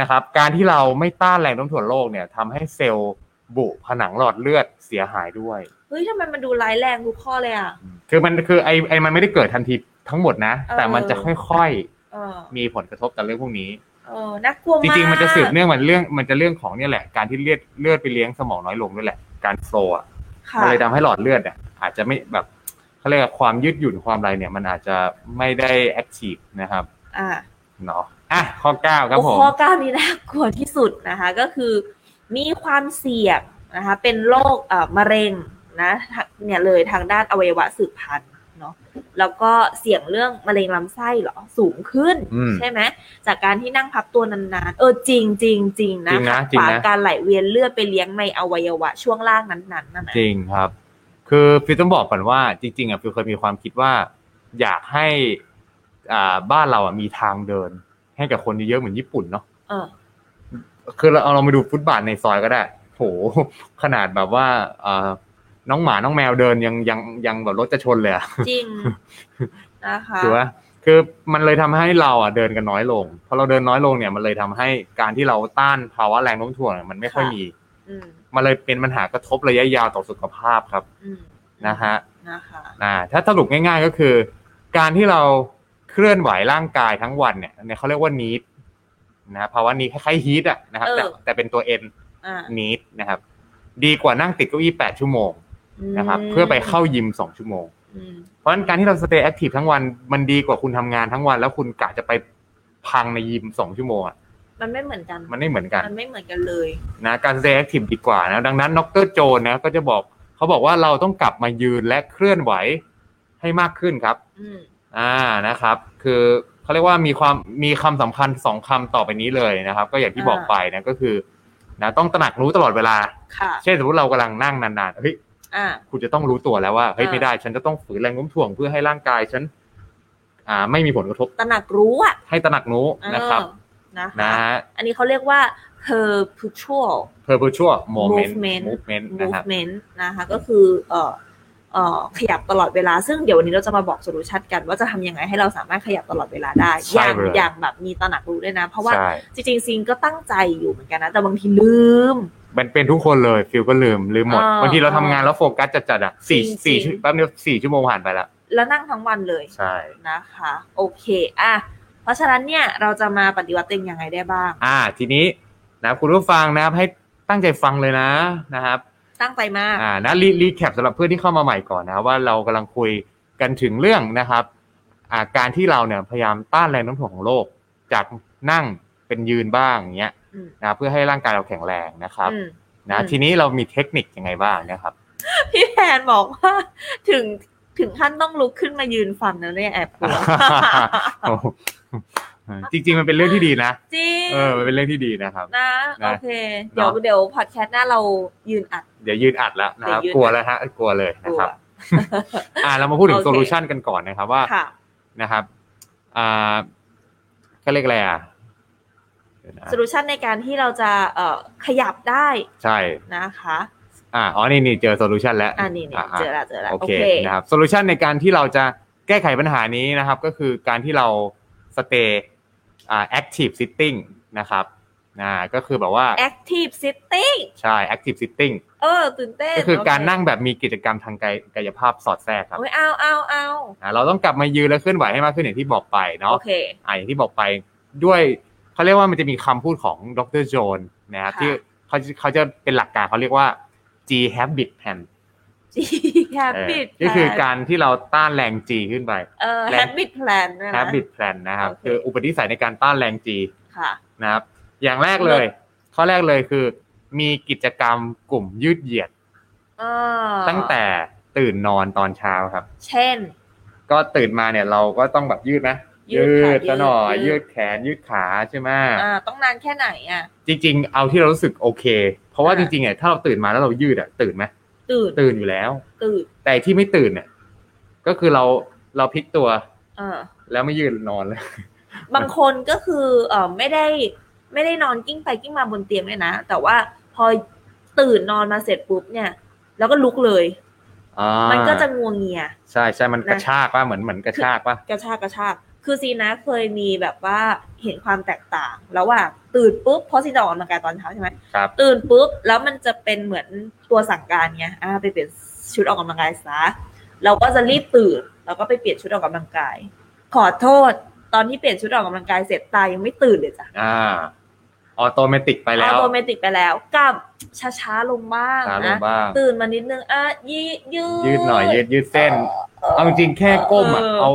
นะครับ การที่เราไม่ต้านแรงโน้มถ่วงโลกเนี่ยทำให้เซลล์บุผนังหลอดเลือดเสียหายด้วย
เฮ้ยทำไมมันดูร้ายแรงทุกข้อเลยอ่ะ
คือมันคือไอไอมันไม่ได้เกิดทันทีทั้งหมดนะ
เออ
แต่มันจะค่อย
เออ
ๆ มีผลกระทบต่อเรื่องพวกนี้
เออน่ากลัว
จ
มาก
ริงๆ มันจะสืบเนื่องมันเรื่องมันจะเรื่องของเนี่ยแหละ การที่เลือดเลือดไปเลี้ยงสมองน้อยลงด้วยแหละ การโฟลว์อะ
ค่ะ
มันเลยทำให้หลอดเลือดเนี่ยอาจจะไม่แบบเขาเรียกว่าความยืดหยุ่นความอะไรเนี่ย มันอาจจะไม่ได้แอคทีฟนะครับ
อ่า
เนาะอ่ะข้อเก้าครับผม
ข้อเก้านี้น่ากลัวที่สุดนะคะ ก็คือมีความเสี่ยงนะคะ เป็นโรคเอ่อมะเร็งนะเนี่ยเลยทางด้านอวัยวะสืบพันธุ์เนาะแล้วก็เสี่ยงเรื่องมะเร็งลำไส้เหรอสูงขึ้น
อืม
ใช่ไหมจากการที่นั่งพับตัวนานๆ เออจริงจริงจริงนะ
จริงนะ
ขัด
จริงนะ
ขวางการไหลเวียนเลือดไปเลี้ยงในอวัยวะช่วงล่างนั้นๆนั่นนะ
จริงครับ คือฟิวต้องบอกก่อนว่าจริงๆอ่ะฟิวเคยมีความคิดว่า อยากให้อ่าบ้านเราอ่ะมีทางเดิน ให้กับคนเยอะๆเหมือนญี่ปุ่นเนาะ
เออ
คือเราเอาเรามาดูฟุตบาทในซอยก็ได้โห ขนาดแบบว่าอ่าน้องหมาน้องแมวเดินยังยังยังแบบรถจะชนเลยอะ
จริงนะคะ
ถือว่าคือมันเลยทำให้เราอ่ะเดินกันน้อยลงพอเราเดินน้อยลงเนี่ยมันเลยทำให้การที่เราต้านภาวะแรงโน้มถ่วงเนี่ยมันไม่ค่อยมี
อืม
มันเลยเป็นปัญหากระทบระยะยาวต่อสุขภาพครับ
อืม
นะฮะ
นะคะ
อ่าถ้าสรุปง่ายๆก็คือ การที่เรา เคลื่อนไหวร่างกายทั้งวันเนี่ยเนี่ยเขาเรียกว่านีดนะภาวะนี้คล้ายๆฮีทอ่ะนะครับแต่
เออ
แต่เป็นตัวเอ็น
อ่า
นีดนะครับ ดีกว่านั่งติดเก้าอี้แปดชั่วโมงนะครับ เพื่อไปเข้ายิมสองชั่วโมง
อืม
เพราะฉะนั้นการที่เราสเตย์แอคทีฟทั้งวันมันดีกว่าคุณทำงานทั้งวัน แล้วคุณกะจะไปพังในยิมสองชั่วโมงอะ
มันไม่เหมือนกัน
มันไม่เหมือนกัน
มันไม่เหมือนกันเลย
นะการ stay active ดีกว่านะดังนั้นน็อกเตอร์โจนนะก็จะบอกเขาบอกว่าเราต้องกลับมายืนและเคลื่อนไหวให้มากขึ้นครับ
อืม
อ่านะครับ คือเขาเรียกว่ามีความมีคำสำคัญสองคำต่อไปนี้เลยนะครับ ก็อย่างที่บอกไปนะก็คือนะต้องตระหนักรู้ตลอดเวลา
ค่ะ
เช่นสมมติเรากำลังนั่งนานๆเฮ้ย
อ่า
คุณจะต้องรู้ตัวแล้วว่าเฮ้ย
อ่า
ไม่ได้ ฉันจะต้องฝืนแรงโน้มถ่วงเพื่อให้ร่างกายฉันอ่าไม่มีผลกระทบ
ตระหนักรู้อ่ะ
ให้ตระหนักรู้
เออ
นะครับ
นะ
นะคะ ฮะ
อันนี้เขาเรียกว่า perpetual
perpetual moment
Movement
movement นะครับ
movement นะคะก็คือเอ่อเอ่อขยับตลอดเวลา ซึ่งเดี๋ยววันนี้เราจะมาบอกโซลูชันกัน ว่าจะทำยังไงให้เราสามารถขยับตลอดเวลาได้
ใช่
อย่าง
เลย
อย่างแบบมีตระหนักรู้ด้วยนะ เพราะว่า
ใช่
จริงๆซิงก็ตั้งใจอยู่เหมือนกันนะ แต่บางทีลืม
มันเป็นทุกคนเลยฟิลก็ลืมลืมหมด
อ่า
บางทีเราทำงานแล้วโฟกัสจัดๆอ่ะสี่
จริงๆ
สี่ชั่วแป๊บเดียวสี่ชั่วโมงผ่านไปแล้ว
แล้วนั่งทั้งวันเลย
ใช่
นะคะ โอเคอ่ะเพราะฉะนั้นเนี่ยเราจะมาปฏิวัติตัวเองยังไงได้บ้าง
อ่าทีนี้นะครับคุณผู้ฟังนะครับให้ตั้งใจฟังเลยนะนะครับ
ตั้งใจมาก
อ่านะรีแคปสำหรับเพื่อนที่เข้ามาใหม่ก่อนนะครับว่าเรากำลังคุยกันถึงเรื่องนะครับอ่าการที่เราเนี่ยพยายามต้านแรงโน้ำถ่วงของโลก จากนั่งเป็นยืนบ้างอย่างเงี้ย
อืม
นะครับเพื่อให้ร่างกายเราแข็งแรงนะครับ
อืม
นะ
อืม
ทีนี้เรามีเทคนิคยังไงบ้างนะครับ
พี่แพนบอกว่าถึงถึงขั้นต้องลุกขึ้นมายืนฟังนะเนี่ยแอบกลั ว
โอ้โห จริงๆมันเป็นเรื่องที่ดีนะ
จริง
เออ มันเป็นเรื่องที่ดีนะครับ
นะ
นะ
โอเค เดี๋ยว
เนอะ
เดี๋ยวพอดแคสต์หน้าเรายืนอัด
เดี๋ยวยืนอัดแล้วนะครับ
เดี๋ยวยืนอัด
กลัวแล้วฮะ กลัวเลย
ก
นะ
ลัว
ครับ อ่า เรามาพูดถึง
โอเค
โซลูชันกันก่อนนะครับว่า
ค่ะ
นะครับ อ่าเขาเรียกอะไรอ่ะเดี๋ยวนะ
โซลูชันในการที่เราจะเอ่อขยับได้
ใช่
นะคะ
อ่า อ๋อ นี่นี่เจอโซลูชันแล้ว
อ่านี่นี่
า
เจอละเจอละ
โอ
โอ
เค
เค
นะครับ โซลูชันในการที่เราจะแก้ไขปัญหานี้นะครับ ก็คือการที่เราสเตย์อ่า active sitting นะครับ อ่า ก็คือแบบว่า
active sitting
ใช่ active sitting
เออ ตื่นเต้น
ก็คือการ
โเ
นั่งแบบมีกิจกรรมทางกายกายภาพสอดแทรกครับ
โอ้ยเอาเอาเอา
อ่าเราต้องกลับมายืนและเคลื่อนไหวให้มากขึ้นอย่างที่บอกไปเนาะ
โอเค
อ่าอย่างที่บอกไปด้วยเขาเรียกว่ามันจะมีคำพูดของดรโจนนะครับ
ค่ะ
ที่เขาเขาจะเป็นหลักการเขาเรียกว่า G habit plan
จีแฮป
เออ
ปี้
ก็คือการที่เราต้านแรง G ขึ้นไป
เอ่อ
แรง
habit plan นะ
habit plan นะครับ
โอเค
คืออุปนิสัยในการต้านแรง G
ค่ะ
นะครับ อย่างแรกเลย ข้อแรกเลยคือ มีกิจกรรมกลุ่มยืดเหยียด
เอ่อ
ตั้งแต่ตื่นนอนตอนเช้าครับ
เช่น
ก็ตื่นมาเนี่ยเราก็ต้องแบบยืดนะ
ยืดค่ะ
ดซะหน่อย
ยื
ยื
ด
ดแขนยืดขาใช่ไหม
อ่าต้องนานแค่ไหนอ่ะ
จริง ๆ เอาที่เรารู้สึกโอเค เพราะว่า
อ่า
จริงๆเนี่ยถ้าเราตื่นมาแล้วเรายืดอ่ะตื่นไหม
ตื่น
ตื่นอยู่แล้ว
ตื่น
แต่ที่ไม่ตื่นเนี่ยก็คือเราเราพลิกตัว
เออ
แล้วไม่ยืนนอนเลย
บางคนก็คือเออไม่ได้ไม่ได้นอนกิ้งไปกิ้งมาบนเตียงเลยนะ แต่ว่าพอตื่นนอนมาเสร็จปุ๊บเนี่ย แล้วก็ลุกเลย
อ่า
มันก็จะงัวงเงีย
ใช่ใช่มัน
นะ
กระชากป่ะเหมือนเหมือนกระชากป่ะ
กระชากกระชาก คือซีนะเคยมีแบบว่าเห็นความแตกต่างระหว่างตื่นปุ๊บเพราะซีนจะออกกำลังกายตอนเช้าใช่ไหม
ครับ
ตื่นปุ๊บ แล้วมันจะเป็นเหมือนตัวสั่งการไงอ่าไปเปลี่ยนชุดออกกำลังกายซะเราก็จะรีบตื่น แล้วก็ไปเปลี่ยนชุดออกกำลังกาย ขอโทษ ตอนที่เปลี่ยนชุดออกกำลังกายเสร็จตายยังไม่ตื่นเลยจ้ะ
อ่าออโตเมติกไปแล้
อ
ว
อโตเมติกไปแล้วกลับช้าๆลงบ้าง
ตาลง
นะ
บ้าง
ตื่นมานิดนึงอ่ะยืดยืด
ยืดหน่อยยืดยืดเส้น เอาจริงๆแค่ก้มอ่ะ
เออ
เอา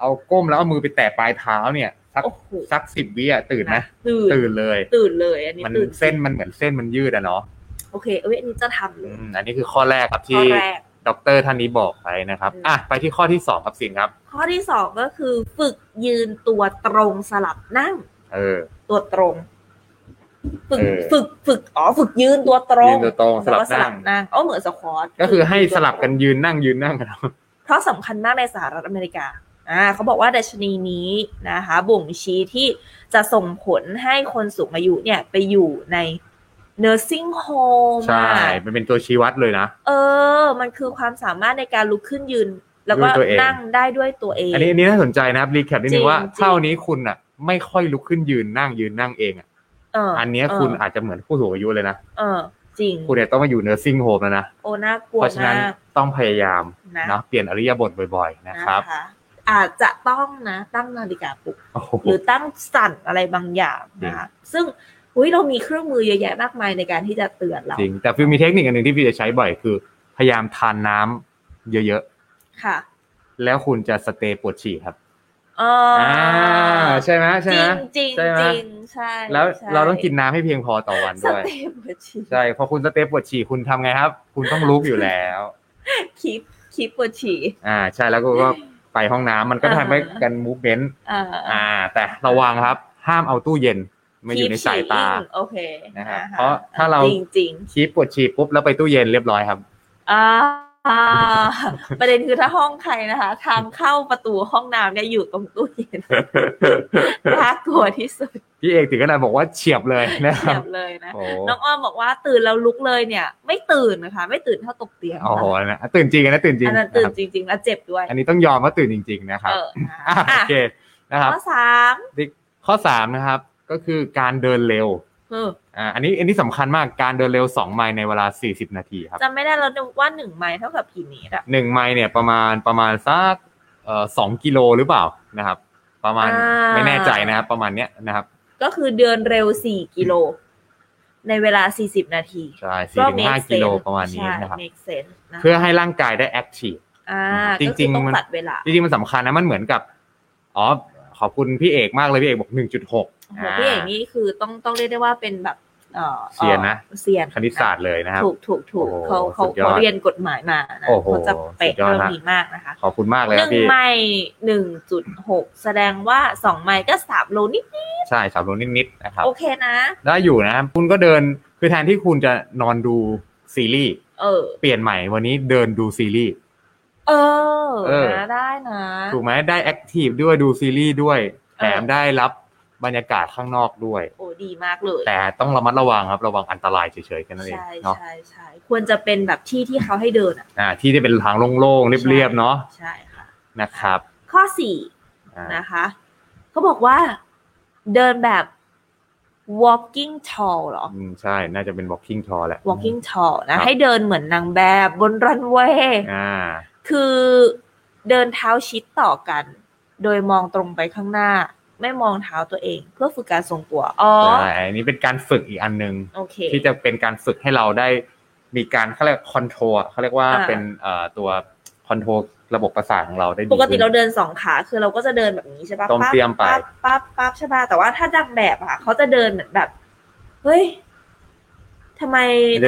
เอาก้มแล้วเอามือไปแตะปลายเท้าเนี่ยสัก
โอ้โห
สักสิบวิอ่ะตื่นนะ
ตื่น
ตื่นเลย
ตื่นเลยอันนี้
มัน
ตื่น
เส้นมันเหมือนเส้นมันยืดอะเนาะ
โอเคเอ้ยอันนี้จะทำเล
อื
ย
มอันนี้คือข้อแรกครับ
ข้อ
ที่
แรก
ดอกเตอรท่านนี้บอกไปนะครับ
อืม
อ่ะไปที่ข้อที่สองครับสิงครับ
ข้อที่สองก็คือฝึกยืนตัวตรงสลับนั่ง
เออ
ตัวตรง ฝึก
เออ
ฝึกฝึกอ๋อฝึกยืนตัวตรง
ยืนตัวตรงสลับ
แวก็
นั่ง
นั่งอ๋อเหมือนสควอต
ก็คือให้สลับกันยืนนั่งยืนนั่งกันครับ
เพราะสำคัญมากในสหรัฐอเมริกาอ่าเขาบอกว่าดัชนีนี้นะคะ บ่งชี้ที่จะส่งผลให้คนสูงอายุเนี่ยไปอยู่ใน nursing home
ใช่
อะ
มันเป็นตัวชี้วัดเลยนะ
เออ มันคือความสามารถในการลุกขึ้นยืน แล้วก็
ด้วยตัวเอง
นั่งได้ด้วยตัวเอง
อันนี้อันนี้น่าสนใจนะครับรีแคปนิดนึ
จริ
ง
ง
ว่า
จริง
เท่านี้คุณอ่ะ ไม่ค่อยลุกขึ้นยืนนั่งยืนนั่งเองอ่ะ
เอออั
อันเนี้ยคุณอาจจะเหมือนผู้สูงอายุเลยนะ
เออ จริง
คุณเนี่ยต้องมาอยู่เนอร์ซิ่งโฮมแล้วนะ
โอ้น่ากลัว
เพราะฉะ
มา
นั้น
ก
ต้องพยายาม
นะ
นะเปลี่ยนอริยบทบ่อย ๆ นะครับ
นะคะ อาจจะต้องนะตั้งนาฬิกาปลุก
โอ้โห
หรือตั้งสั่นอะไรบางอย่างนะคะซึ่งอุยเรามีเครื่องมือเยอะแยะมากมายในการที่จะเตือนเรา
จริง แต่ฟิวมีเทคนิคอันหนึ่งที่ฟิวจะใช้บ่อยคือ พยายามทานน้ำเยอะ
ค่ะ
ๆ แล้วคุณจะสเตย์ปวดฉี่ครับ
เอ่อ
อ่าใช่ไหม
จ
ใช่
ริ
ไหม
งจริง
ใช่ไหม
จริงใช่
แล้ว
ใช่
เราต้องกินน้ำให้เพียงพอต่อวัน
ส
ด้วย
เตปหัวฉีด
ใช่พอคุณสเตย์ปวดฉี่คุณทำไงครับ คุณต้องลุกอยู่แล้ว
คลิปคลิปปวดฉี่
อ่าใช่แล้วก็ก็ไปห้องน้ำมันก็
อ่า
ทำให้กันมูฟเ m น n t
อ่า
อ่า แต่ระวังครับ ห้ามเอาตู้เย็นมาอยู่ในสายตา
โอเค
นะครับ
อ่ฮ
เพราะถ้าเรา
จริงจริง
คีบปวดฉี่ปุ๊บแล้วไปตู้เย็นเรียบร้อย ครับ
ๆ อ่าอ่า ประเด็นคือถ้าห้องใครนะคะ ทางเข้าประตูห้องน้ำเนี่ยอยู่ตรงตู้เย็นน่ากลัวที่สุด
พี่เอกถึงขนาดบอกว่าเฉียบเลยนะครั
เที
บ
ยบเลยนะ
โอ้
น้องอ้อมบอกว่าตื่นแล้วลุกเลยเนี่ย ไม่ตื่นนะคะ ไม่ตื่นเท่าตกเตียง
โอ้โหนะตื่นจริงนะตื่นจริง
อัน
นะ
นั้นตื่
คน รับ
จริง ๆ แล้วเจ็บด้วย
อันนี้ต้องยอมว่าตื่นจริง ๆ นะครับ
เออ
อ่ะ
อ่ะ
โอเคนะครับ
ข้อสาม
ข้อสามนะครับก็คือการเดินเร็ว
เออ
อ่าอันนี้อันนี้สำคัญมากการเดินเร็ว2ไมล์ในเวลา 40 นาทีครับ
จำไม่ได้แล้วว่าหนึ่งไมล์เท่ากับกี่เมตรอะ
หนึ่งไมล์เนี่ยประมาณประมาณสักเอ่อสองกิโลหรือเปล่านะครับ ประมาณ
อ่า
ไม่แน่ใจนะครับ ประมาณเนี้ยนะครับ
ก็คือเดินเร็ว 4 กิโล ในเวลา 40 นาที
ใช่สี่ถึงห้า
make sense
กิโลประมาณนี้
ใช่
นะครับ
make sense นะ
เพื่อให้ร่างกายได้แอคทีฟ
อ่า
จริงๆ
ก็คือต้อง
มัน
ตัดเวลา
จริงๆมันสำคัญนะมันเหมือนกับอ๋อขอบคุณพี่เอกมากเลยพี่เอกบอก
โอ้
1.6
โหพี่เอก
า
นี่คือต้องต้องเรียกได้ว่าเป็นแบบอ่อ
เซียนนะ
เซียน
คณิตศาสตร์เลยนะครับ
ถูกถูกถูก
โอ้โห
เขาเขา
สุดยอด
เขาเรียนกฎหมายมานะ
โอ้โห
เขาจะเป๊ะ
สุดยอด
เรื่อง
ฮะ
นี้มากนะคะ
ขอบคุณมากเลย
ห
ค
นึ่
รับ
ง
พี่
ไมล์หนึ่งจุดหกแสดงว่าสองไมล์ก็สามโลนิด
ใช่สาวโลนิดๆนะครับ
โอเคนะ
ได้อยู่นะครับคุณก็เดินคือแทนที่คุณจะนอนดูซีรีส์
เออ
เปลี่ยนใหม่วันนี้เดินดูซีรีส์
เออ
เออ
นะได้นะ
ถูกไหมได้แอคทีฟด้วยดูซีรีส์ด้วย
เออ
แถมได้รับบรรยากาศข้างนอกด้วย
โอ้ดีมากเลย
แต่ต้องระมัดระวังครับระวังอันตรายเฉยๆกันนั่นเอง
ใช่
เนาะ
ใช่ใช่ควรจะเป็นแบบที่ที่เขาให้เดินอ่ะ
อ่าที่จะเป็นทางโล่งๆเรียบๆเนาะ
ใช่ค่ะ
นะครับ
ข้อสี่
อ่า
นะคะเขาบอกว่าเดินแบบ walking tall เหรอ
อืมใช่น่าจะเป็น walking tall แหละ
walking tall
ครั
นะ
บ
ให้เดินเหมือนนางแบบบนรันเวย์
อ่า
คือเดินเท้าชิดต่อกัน โดยมองตรงไปข้างหน้า ไม่มองเท้าตัวเอง เพื่อฝึกการทรงตัว อ๋อ
ใช่อันนี้เป็นการฝึกอีกอันหนึ่ง
โอเค
ที่จะเป็นการฝึกให้เราได้มีการเขาเรียกคอนโทรเขาเรียกว่า
อ่า
เป็นเอ่อตัวคอนโทรระบบประสาทของเราได้ดี
ปกติ
ขึ้น
เราเดินสองขาคือเราก็จะเดินแบบนี้ใช่ปะ
ตรงเตรียมไป
ปั๊บปั๊บปั๊บใช่ปะแต่ว่าถ้าดังแบบอะค่ะเขาจะเดินเหมือนแบบ เฮ้ยทำไม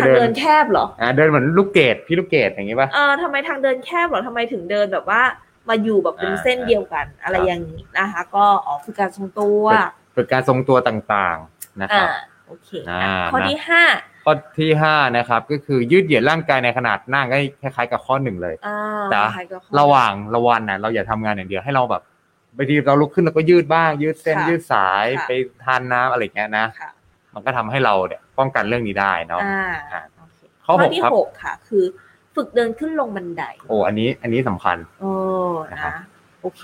ทางเดินแคบเหรอ
อ่าเดินเหมือนลูกเกดพี่ลูกเกดอย่างงี้ป่ะ
เออทำไมทางเดินแคบเหรอทำไมถึงเดินแบบว่า มาอยู่แบบเป็น
อ่า
เส้นเดียวกัน อะไร
ครับ
อย่างนี้นะคะ ก็ออกคือการทรงตัว
ฝึกการทรงตัวต่างๆนะค
อ่า
รับ
โอเค
อ่า
ข้อที่ห้า
ข้อที่ห้านะครับก็คือยืดเหยียดร่างกายในขนาดนั่งก็คล้ายๆกับข้อหนึ่งเลย
อ่า
จ้ะ
ใครก็ข้อ
ระหว่างระวันนะเราอย่าทำงานอย่างเดียวให้เราแบบบางทีเราลุกขึ้นเราก็ยืดบ้าง ยืดเส้น
ค่ะ
ยืดสาย
ค่ะ
ไปทานน้ำอะไรอย่างเงี้ยนะ
ค่ะ
มันก็ทำให้เราเนี่ยป้องกันเรื่องนี้ได้เนาะ
อ่า
อ่า
โอเค
ข้อหก
ที่
ครับ
หกค่ะ คือ ฝึกเดินขึ้นลงบันได
โอ้อันนี้อันนี้สำคัญ
โอ้
นะครั
นะ
บ
โอเค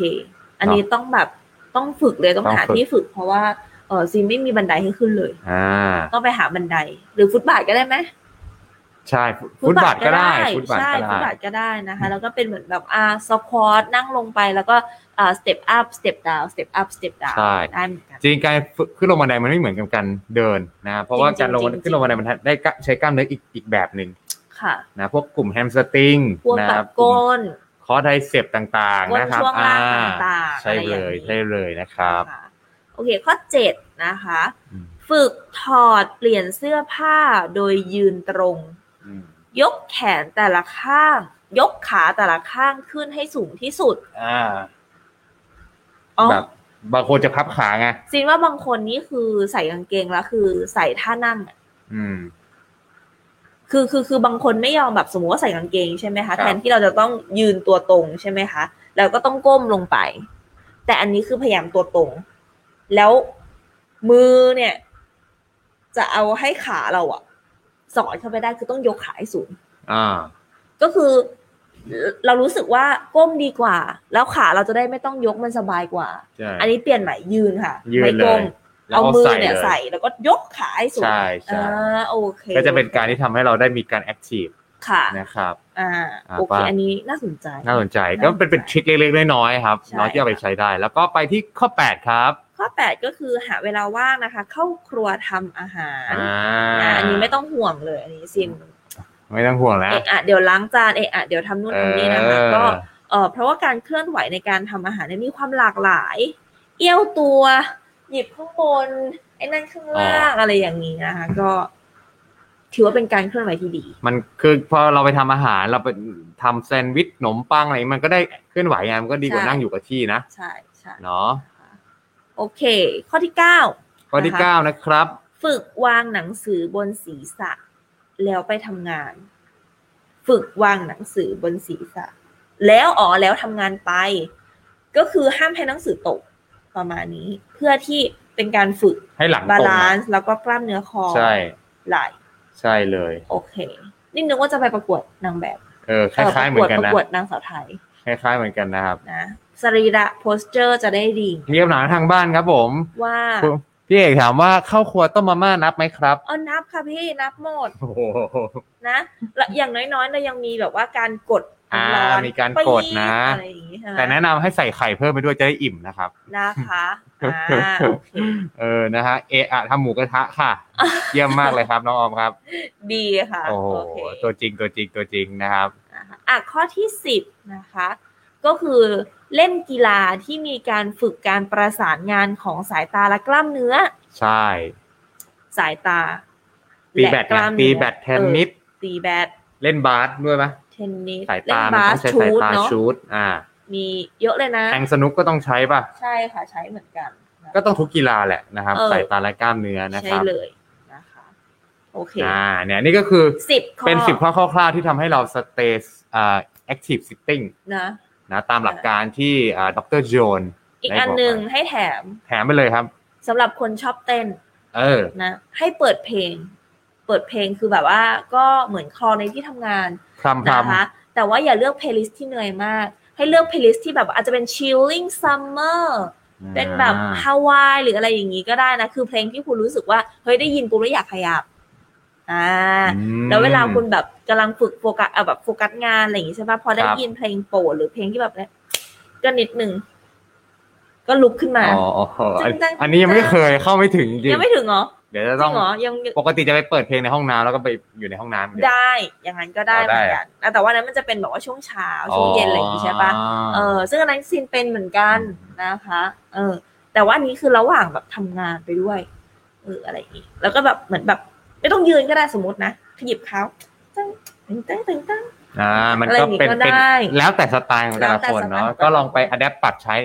อันนี้ต้องแบบต้องฝึกเลยต้อง
ต้อง
หา
ฝึก
ที่ฝึก เพราะว่าเออซีไม่มีบันไดให้ขึ้นเลย
อ่า
ต้องไปหาบันได หรือฟุตบาทก็ได้ไหม
ใช่ฟุตฟุตบาทก็ได้ฟุตบาท
ใช่
ก็
ฟุต
ได้
บาทก็ได้นะคะ
อืม
แล้วก็เป็นเหมือนแบบอ่าสควอตนั่งลงไปแล้วก็อ่าสเต็ปอัพสเต็ปดาวสเต็ปอัพสเต็ปดาว
ใช่
ได้เหมือนกัน
จริงๆการฝึกขึ้นลงบันไดมันไม่เหมือนกับการเดินนะครับเพราะว่า
จริงๆ
การลงบัน
จ
ได
ริงๆ
ขึ้นลงบันไดมันได้กล้าใช้กล้ามเนื้ออีกอีกแบบหนึ่ง
ค่ะ
นะพวกกลุ่มแฮมสตริง
พวก
นะ
แบ
ครับ บกลุ่ม
ก้น
คอไทเซปต่าง
ก้น
ๆนะครับ
ช่วงล่างต่างๆ
ใช่
อะไรอ
เล
ย่าง
ย
นี้
ใช่เลยนะครับ
ค่ะโอเค ข้อเจ็ดนะคะ
อืม
ฝึกถอดเปลี่ยนเสื้อผ้าโดยยืนตรง
อืม
ยกแขนแต่ละข้าง ยกขาแต่ละข้างขึ้นให้สูงที่สุด
อ่า
อ๋อ
แบบบางคนจะพับขาไง
ซินว่าบางคนนี่คือใส่กางเกงแล้วคือใส่ท่านั่งอะ
อืม
คือคือคือบางคนไม่ยอมแบบสมมติว่าใส่กางเกงใช่ไหม
ครั
คะ
บ
แทนที่เราจะต้องยืนตัวตรงใช่ไหมคะแล้วก็ต้องก้มลงไป แต่อันนี้คือพยายามตัวตรง แล้วมือเนี่ย จะเอาให้ขาเราอะสอดเข้าไปได้คือต้องยกขาให้สูง
อ่า
ก็คือเรารู้สึกว่าก้มดีกว่า แล้วขาเราจะได้ไม่ต้องยกมันสบายกว่า
ใช่
อันนี้เปลี่ยนใหม่ยืนค่ะ
ยืน
ไม่ก้ม
เลย แล้ว
เอามือ
ใส่
เนี่ย
ล
ใส่แล้วก็ยกขาให้สูง
ใช่ใช่
อ่าโอเค
ก็จะเป็นการที่ทำให้เราได้มีการแอคทีฟ
ค่ะ
นะครับ
อ่า
อ่า
โอเค
ว่า
อันนี้น่าสนใจ
น่าสนใจก็เป็นเป็นทริคเล็กๆน้อยๆครับ
ใช่
เน้อยที่เอาไปใช้ได้ แล้วก็ไปที่ข้อ 8 ครับ
ข้อ 8 ก็คือหาเวลาว่างนะคะ เข้าครัวทำอาหาร
อ่า
อ่าอันนี้ไม่ต้องห่วงเลย อันนี้ซิน
ไม่ต้องห่วงแล้ว
เอะอะเดี๋ยวล้างจานเอะอะเดี๋ยวทำนู่นทำนี่นะคะก็
เออ
เอ่อเพราะว่าการเคลื่อนไหวในการทำอาหารเนี่ยมีความหลากหลาย เอี้ยวตัว หยิบข้างบน ไอ้นั่นข้างล่างอะไรอย่างนี้นะคะ ก็ถือว่าเป็นการเคลื่อนไหวที่ดี
มันคือพอเราไปทำอาหารเราไปทำแซนด์วิชขนมปังอะไรมันก็ได้เคลื่อนไหวไงมันก็ดีกว่า
ใช่
นั่งอยู่กับที่นะ
ใช่ใช่
เนาะ
โอเค ข้อที่เก้า
ข้อที่
นะคะ
เก้านะครับ
ฝึกวางหนังสือบนศีรษะ แล้วไปทำงาน ฝึกวางหนังสือบนศีรษะ แล้วอ๋อแล้วทำงานไป ก็คือห้ามให้หนังสือตกประมาณนี้ เพื่อที่เป็นการฝึก
ให้หลัง
บา
ตรง
ลา
อะ
นซ์แล้วก็กล้ามเนื้อคอ
ใช่
ไหล
ใช่เลย
โอเค นี่นึกว่าจะไปประกวดนางแบบ
เออคล้ายๆเหมือนกัน
ป
นะ
ระกวดนางสาวไทย
คล้ายๆเหมือนกันนะครับ
นะสรีระโพสเจอร์จะได้ดี
มีคำถามทางบ้านครับผม
ว่า
คุณพี่เอกถามว่าข้าวครัวต้มมาม่านับไหมครับ
เอานับค่ะพี่นับหมด
โอ้โห
นะและอย่างน้อยๆเรายังมีแบบว่าการกด
อ่า
ร้อน
มีการกดนะ
ปี๊ดอะไรอย่างงี้ใช่ไหม
แต่แนะนำให้ใส่ไข่เพิ่มไปด้วยจะได้อิ่มนะครับ
นะคะอ่าโอเค
เออนะฮะเอะอะทำหมูกระทะค่ะ เยี่ยมมากเลยครับน้องออมครับ
ดีค่ะ
โอ้โห
โอเค
ตัวจริงตัวจริงตัวจริงนะครับ
นะคะอ่ะข้อที่สิบนะคะ ก็คือเล่นกีฬาที่มีการฝึกการประสานงานของสายตาและกล้ามเนื้อ
ใช่
สายตา
ตีแบ
ะ
ด
กล้าม
ตี
เนื้อ
แบดเทนนิส
เออตีแบด
เล่นบาสด้วยปะ
เทนนิส
สาย
เล่
ตาน มัน
บา
ต้
ส
อง
ชู
ใช้สาย
ต
ตา
เนาะ
ชูดอ่า
มีเยอะเลยนะ
แทงสนุกก็ต้องใช้ปะ
ใช่ค่ะใช้เหมือนกันนะ
ก็ต้องทุกกีฬาแหละนะครับ
เออ
สายตาและกล้ามเนื้อนะค
ใช่
รับ
เลยนะคะ โอเค
อ่าเนี่ยนี่ก็คือ
สิบข้อ
เป็นสิบข้อคร่าวๆที่ทำให้เราสเตสอ่าแอคทีฟซิตติ้ง
นะ
นะตามหลักการที่อ่าดรโจน
อีก
ได้
อัน
บอก
หนึ่ง
ไป
ให้แถม
แถมไปเลยครับ
สำหรับคนชอบเต้น
เออ
นะ ให้เปิดเพลง เปิดเพลงคือแบบว่าก็เหมือนคลอในที่ทำงาน
คลำค
นะคะแต่ว่าอย่าเลือกเพลย์ลิสที่เหนื่อยมาก ให้เลือกเพลย์ลิสที่แบบอาจจะเป็น chilling summer
ำ
เป็นแบบ
อ่า
ฮาวายหรืออะไรอย่างนี้ก็ได้นะ คือเพลงที่คุณรู้สึกว่า เฮ้ยได้ยินปุ๊บแล้วอยากขยับอ่า
อืม
แล้วเวลาคุณแบบกำลังฝึกโฟกัสเอ่อแบบโฟกัสงานอะไรอย่างนี้ใช่ปะพอได้
ครับ
ยินเพลงโปรดหรือเพลงที่แบบเนี้ยก็นิดหนึ่ง ก็ลุกขึ้นมา
อ๋ออ๋ออ๋ออัน
จังๆ
อันนี้ยังไม่เคยเข้าไม่ถึงจริง
ยังไม่ถึงเหรอ
เดี๋ยวจะ
จ
ต้
ริ
อง
งเหรอยัง
ปกติจะไปเปิดเพลงในห้องน้ำแล้วก็ไปอยู่ในห้องน้ำเดี๋ยว
ได้อย่างนั้นก็ได้
อ๋อ
เห
ได้
มือนกันอ่ะแต่ว่านั้นมันจะเป็นแบบว่าช่วงเช้าช่วงเย็นอะไรอย่างนี้ใช่ปะ เออซึ่งอันนั้นซินเป็นเหมือนกันนะคะ เออ แต่ว่าอันนี้คือระหว่างแบบทำงานไปด้วยเอออะไรอย่างงี้แล้วก็แบบเหมือนแบบ ไม่ต้องยืนก็ได้สมมตินะขยิบเขาตั้งตึงตั้งตึงตั้ง
อ่ามัน
อะไรอ
ก็
ย่างงี้
เป็น
ก็
เป็น
ได้
แล้วแต่สไตล์ของแต่ละ
แล้วแต่
คน
สไตล์
เนาะ
ของแต่ละคน
ก็ลองไปอัดแอปปรับใช้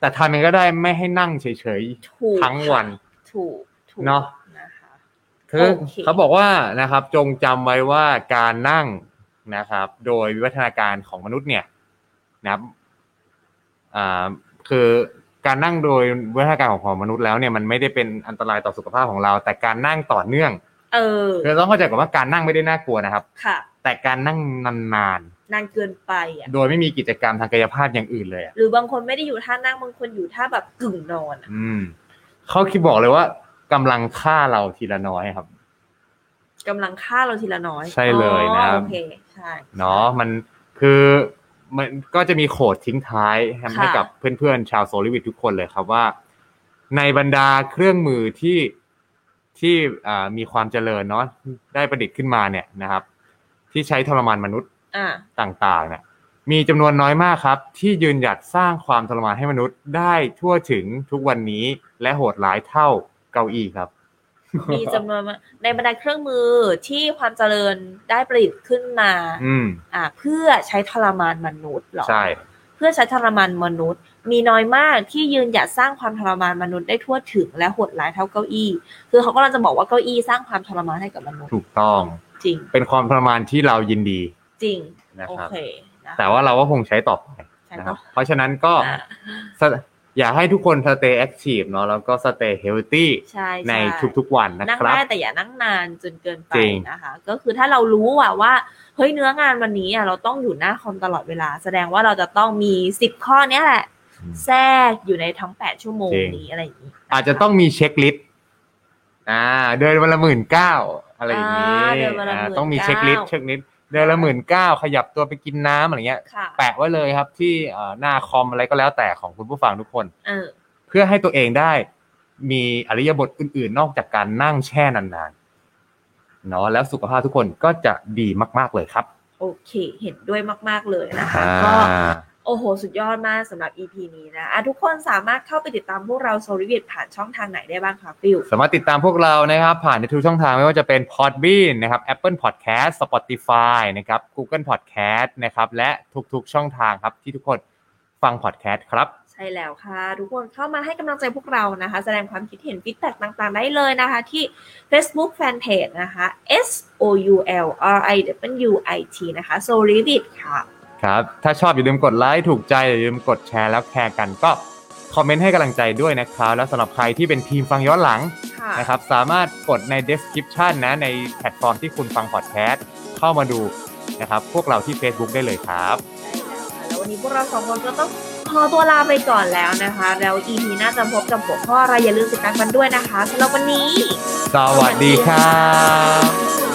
แต่ทำมันก็ได้ไม่ให้นั่งเฉย
ถูก
ๆ ทั้งวัน
ถูกถูก
เนอะ
นะคะ
คือ
โอเค
เขาบอกว่านะครับจงจำไว้ว่าการนั่งนะครับ โดยวิวัฒนาการของมนุษย์เนี่ยนะครับอ่าคือการนั่งโดยวิวัฒนาการของของมนุษย์แล้วเนี่ยมันไม่ได้เป็นอันตรายต่อสุขภาพของเรา แต่การนั่งต่อเนื่อง
เออ
คือต้องเข้าใจก่อนว่าการนั่งไม่ได้น่ากลัวนะครับ
ค่ะ
แต่การนั่งนาน
นานเกินไปอ่ะ
ๆโดยไม่มีกิจกรรมทางกายภาพอย่างอื่นเลยอะ
หรือบางคนไม่ได้อยู่ท่านั่งบางคนอยู่ท่าแบบกึ่งนอนอะ
อืมเขาคิดบอกเลยว่ากำลังฆ่าเราทีละน้อยครับ
กำลังฆ่าเราทีละน้อย
ใช่เลย
อ๋อ
นะครับ
โอเคใช่
เนาะมันคือมันก็จะมีโขดทิ้งท้ายให้
ค่ะ
ให้กับเพื่อนๆ ชาวโซลิวิททุกคนเลยครับว่า ในบรรดาเครื่องมือที่ที่อ่ามีความเจริญเนาะได้ประดิษฐ์ขึ้นมาเนี่ยนะครับ ที่ใช้ทรมานมนุษย์
อ่ะ
ต่างๆเนี่ยมีจำนวนน้อยมากครับ ที่ยืนหยัดสร้างความทรมานให้มนุษย์ได้ทั่วถึงทุกวันนี้และโหดร้ายเท่าเก้าอี้ครับ
มีจำนวนมากในบรรดาเครื่องมือที่ความเจริญได้ประดิษฐ์ขึ้นมา
อืม
อ่าเพื่อใช้ทรมานมนุษย์เหรอ
ใช่
เพื่อใช้ทรมานมนุษย์ มีน้อยมากที่ยืนหยัดสร้างความทรมานมนุษย์ได้ทั่วถึงและโหดร้ายเท่าเก้าอี้ คือเขากำลังจะบอกว่าเก้าอี้สร้างความทรมานให้กับมนุษย์
ถูกต้อง
จริง
เป็นความทรมานที่เรายินดี
จริง
นะ
โอ
ครับ
เคนะ
แต่ว่าเราก็คงใช้ต่อไป
ใช่
นะค
ก็
รับ เพราะฉะนั้นก็
อ่ะ
สะอยากให้ทุกคน stay active เนาะแล้วก็ stay healthy
ใช่ช่
ในทุกๆวันนะ
นั่ง
ครับ
ได้แต่อย่านั่งนานจนเกินไป
จริง
นะคะ ก็คือถ้าเรารู้อะว่าเฮ้ยเนื้องานวันนี้อะเราต้องอยู่หน้าคอมตลอดเวลา แสดงว่าเราจะต้องมีสิบข้อเนี้ยแหละ แทรกอยู่ในทั้งแปดชั่วโมงนี้อะไรอย่างนี้นค
อาจจะต้องมีเช็คลิสต์อ่า เดินวันละหมื่นเก้าอะไรอย่างนี้
อ่าเดินวันละ
อ่า
19,000
ต้องมีเช็คลิสต์เช็คลิสต์ เดือนละหมื่นเก้าขยับตัวไปกินน้ำอะไรเงี้ย
ค่ะ
แปะไว้เลยครับที่เอ่อหน้าคอมอะไรก็แล้วแต่ของคุณผู้ฟังทุกคน
เออ
เพื่อให้ตัวเองได้มีอริยบทอื่นๆ นอกจากการนั่งแช่นานๆเนาะแล้วสุขภาพทุกคนก็จะดีมากๆเลยครับ
โอเค เห็นด้วยมาก ๆ เลยนะคะก็
อ่า
โอ้โห สุดยอดมากสำหรับ EP นี้นะอ่ะทุกคนสามารถเข้าไปติดตามพวกเราโซลิเวียผ่านช่องทางไหนได้บ้างคะฟิล
สามารถติดตามพวกเรานะครับ ผ่านในทุกช่องทางไม่ว่าจะเป็น Podbean นะครับ Apple Podcast Spotify นะครับ Google Podcast นะครับ และทุกๆช่องทางครับ ที่ทุกคนฟัง podcast ครับ
ใช่แล้วค่ะ ทุกคนเข้ามาให้กำลังใจพวกเรานะคะ แสดงความคิดเห็นฟีดแบ็ต่างๆ ได้เลยนะคะที่ Facebook Fanpage นะคะ S O U L R I W I T นะคะ s o l i d i t ค่ะ
ครับ ถ้าชอบอย่าลืมกดไลค์ถูกใจ อย่าลืมกดแชร์แล้วแชร์กันก็คอมเมนต์ให้กำลังใจด้วยนะครับ แล้วสำหรับใครที่เป็นทีมฟังย้อนหลัง
ค่ะ
นะครับสามารถกดใน description นะในแพลตฟอร์มที่คุณฟัง podcast เข้ามาดูนะครับพวกเราที่ Facebook ได้เลยครับ
ใช่แล้วค่ะแล้ววันนี้พวกเราสองคนก็ต้องขอตัวลาไปก่อนแล้วนะคะ แล้ว EP หน้าจะพบกับหัวข้ออะไรอย่าลืมติดตามกันด้วยนะคะสำหรับวันนี้
สวัสดีครับ
สวัสดี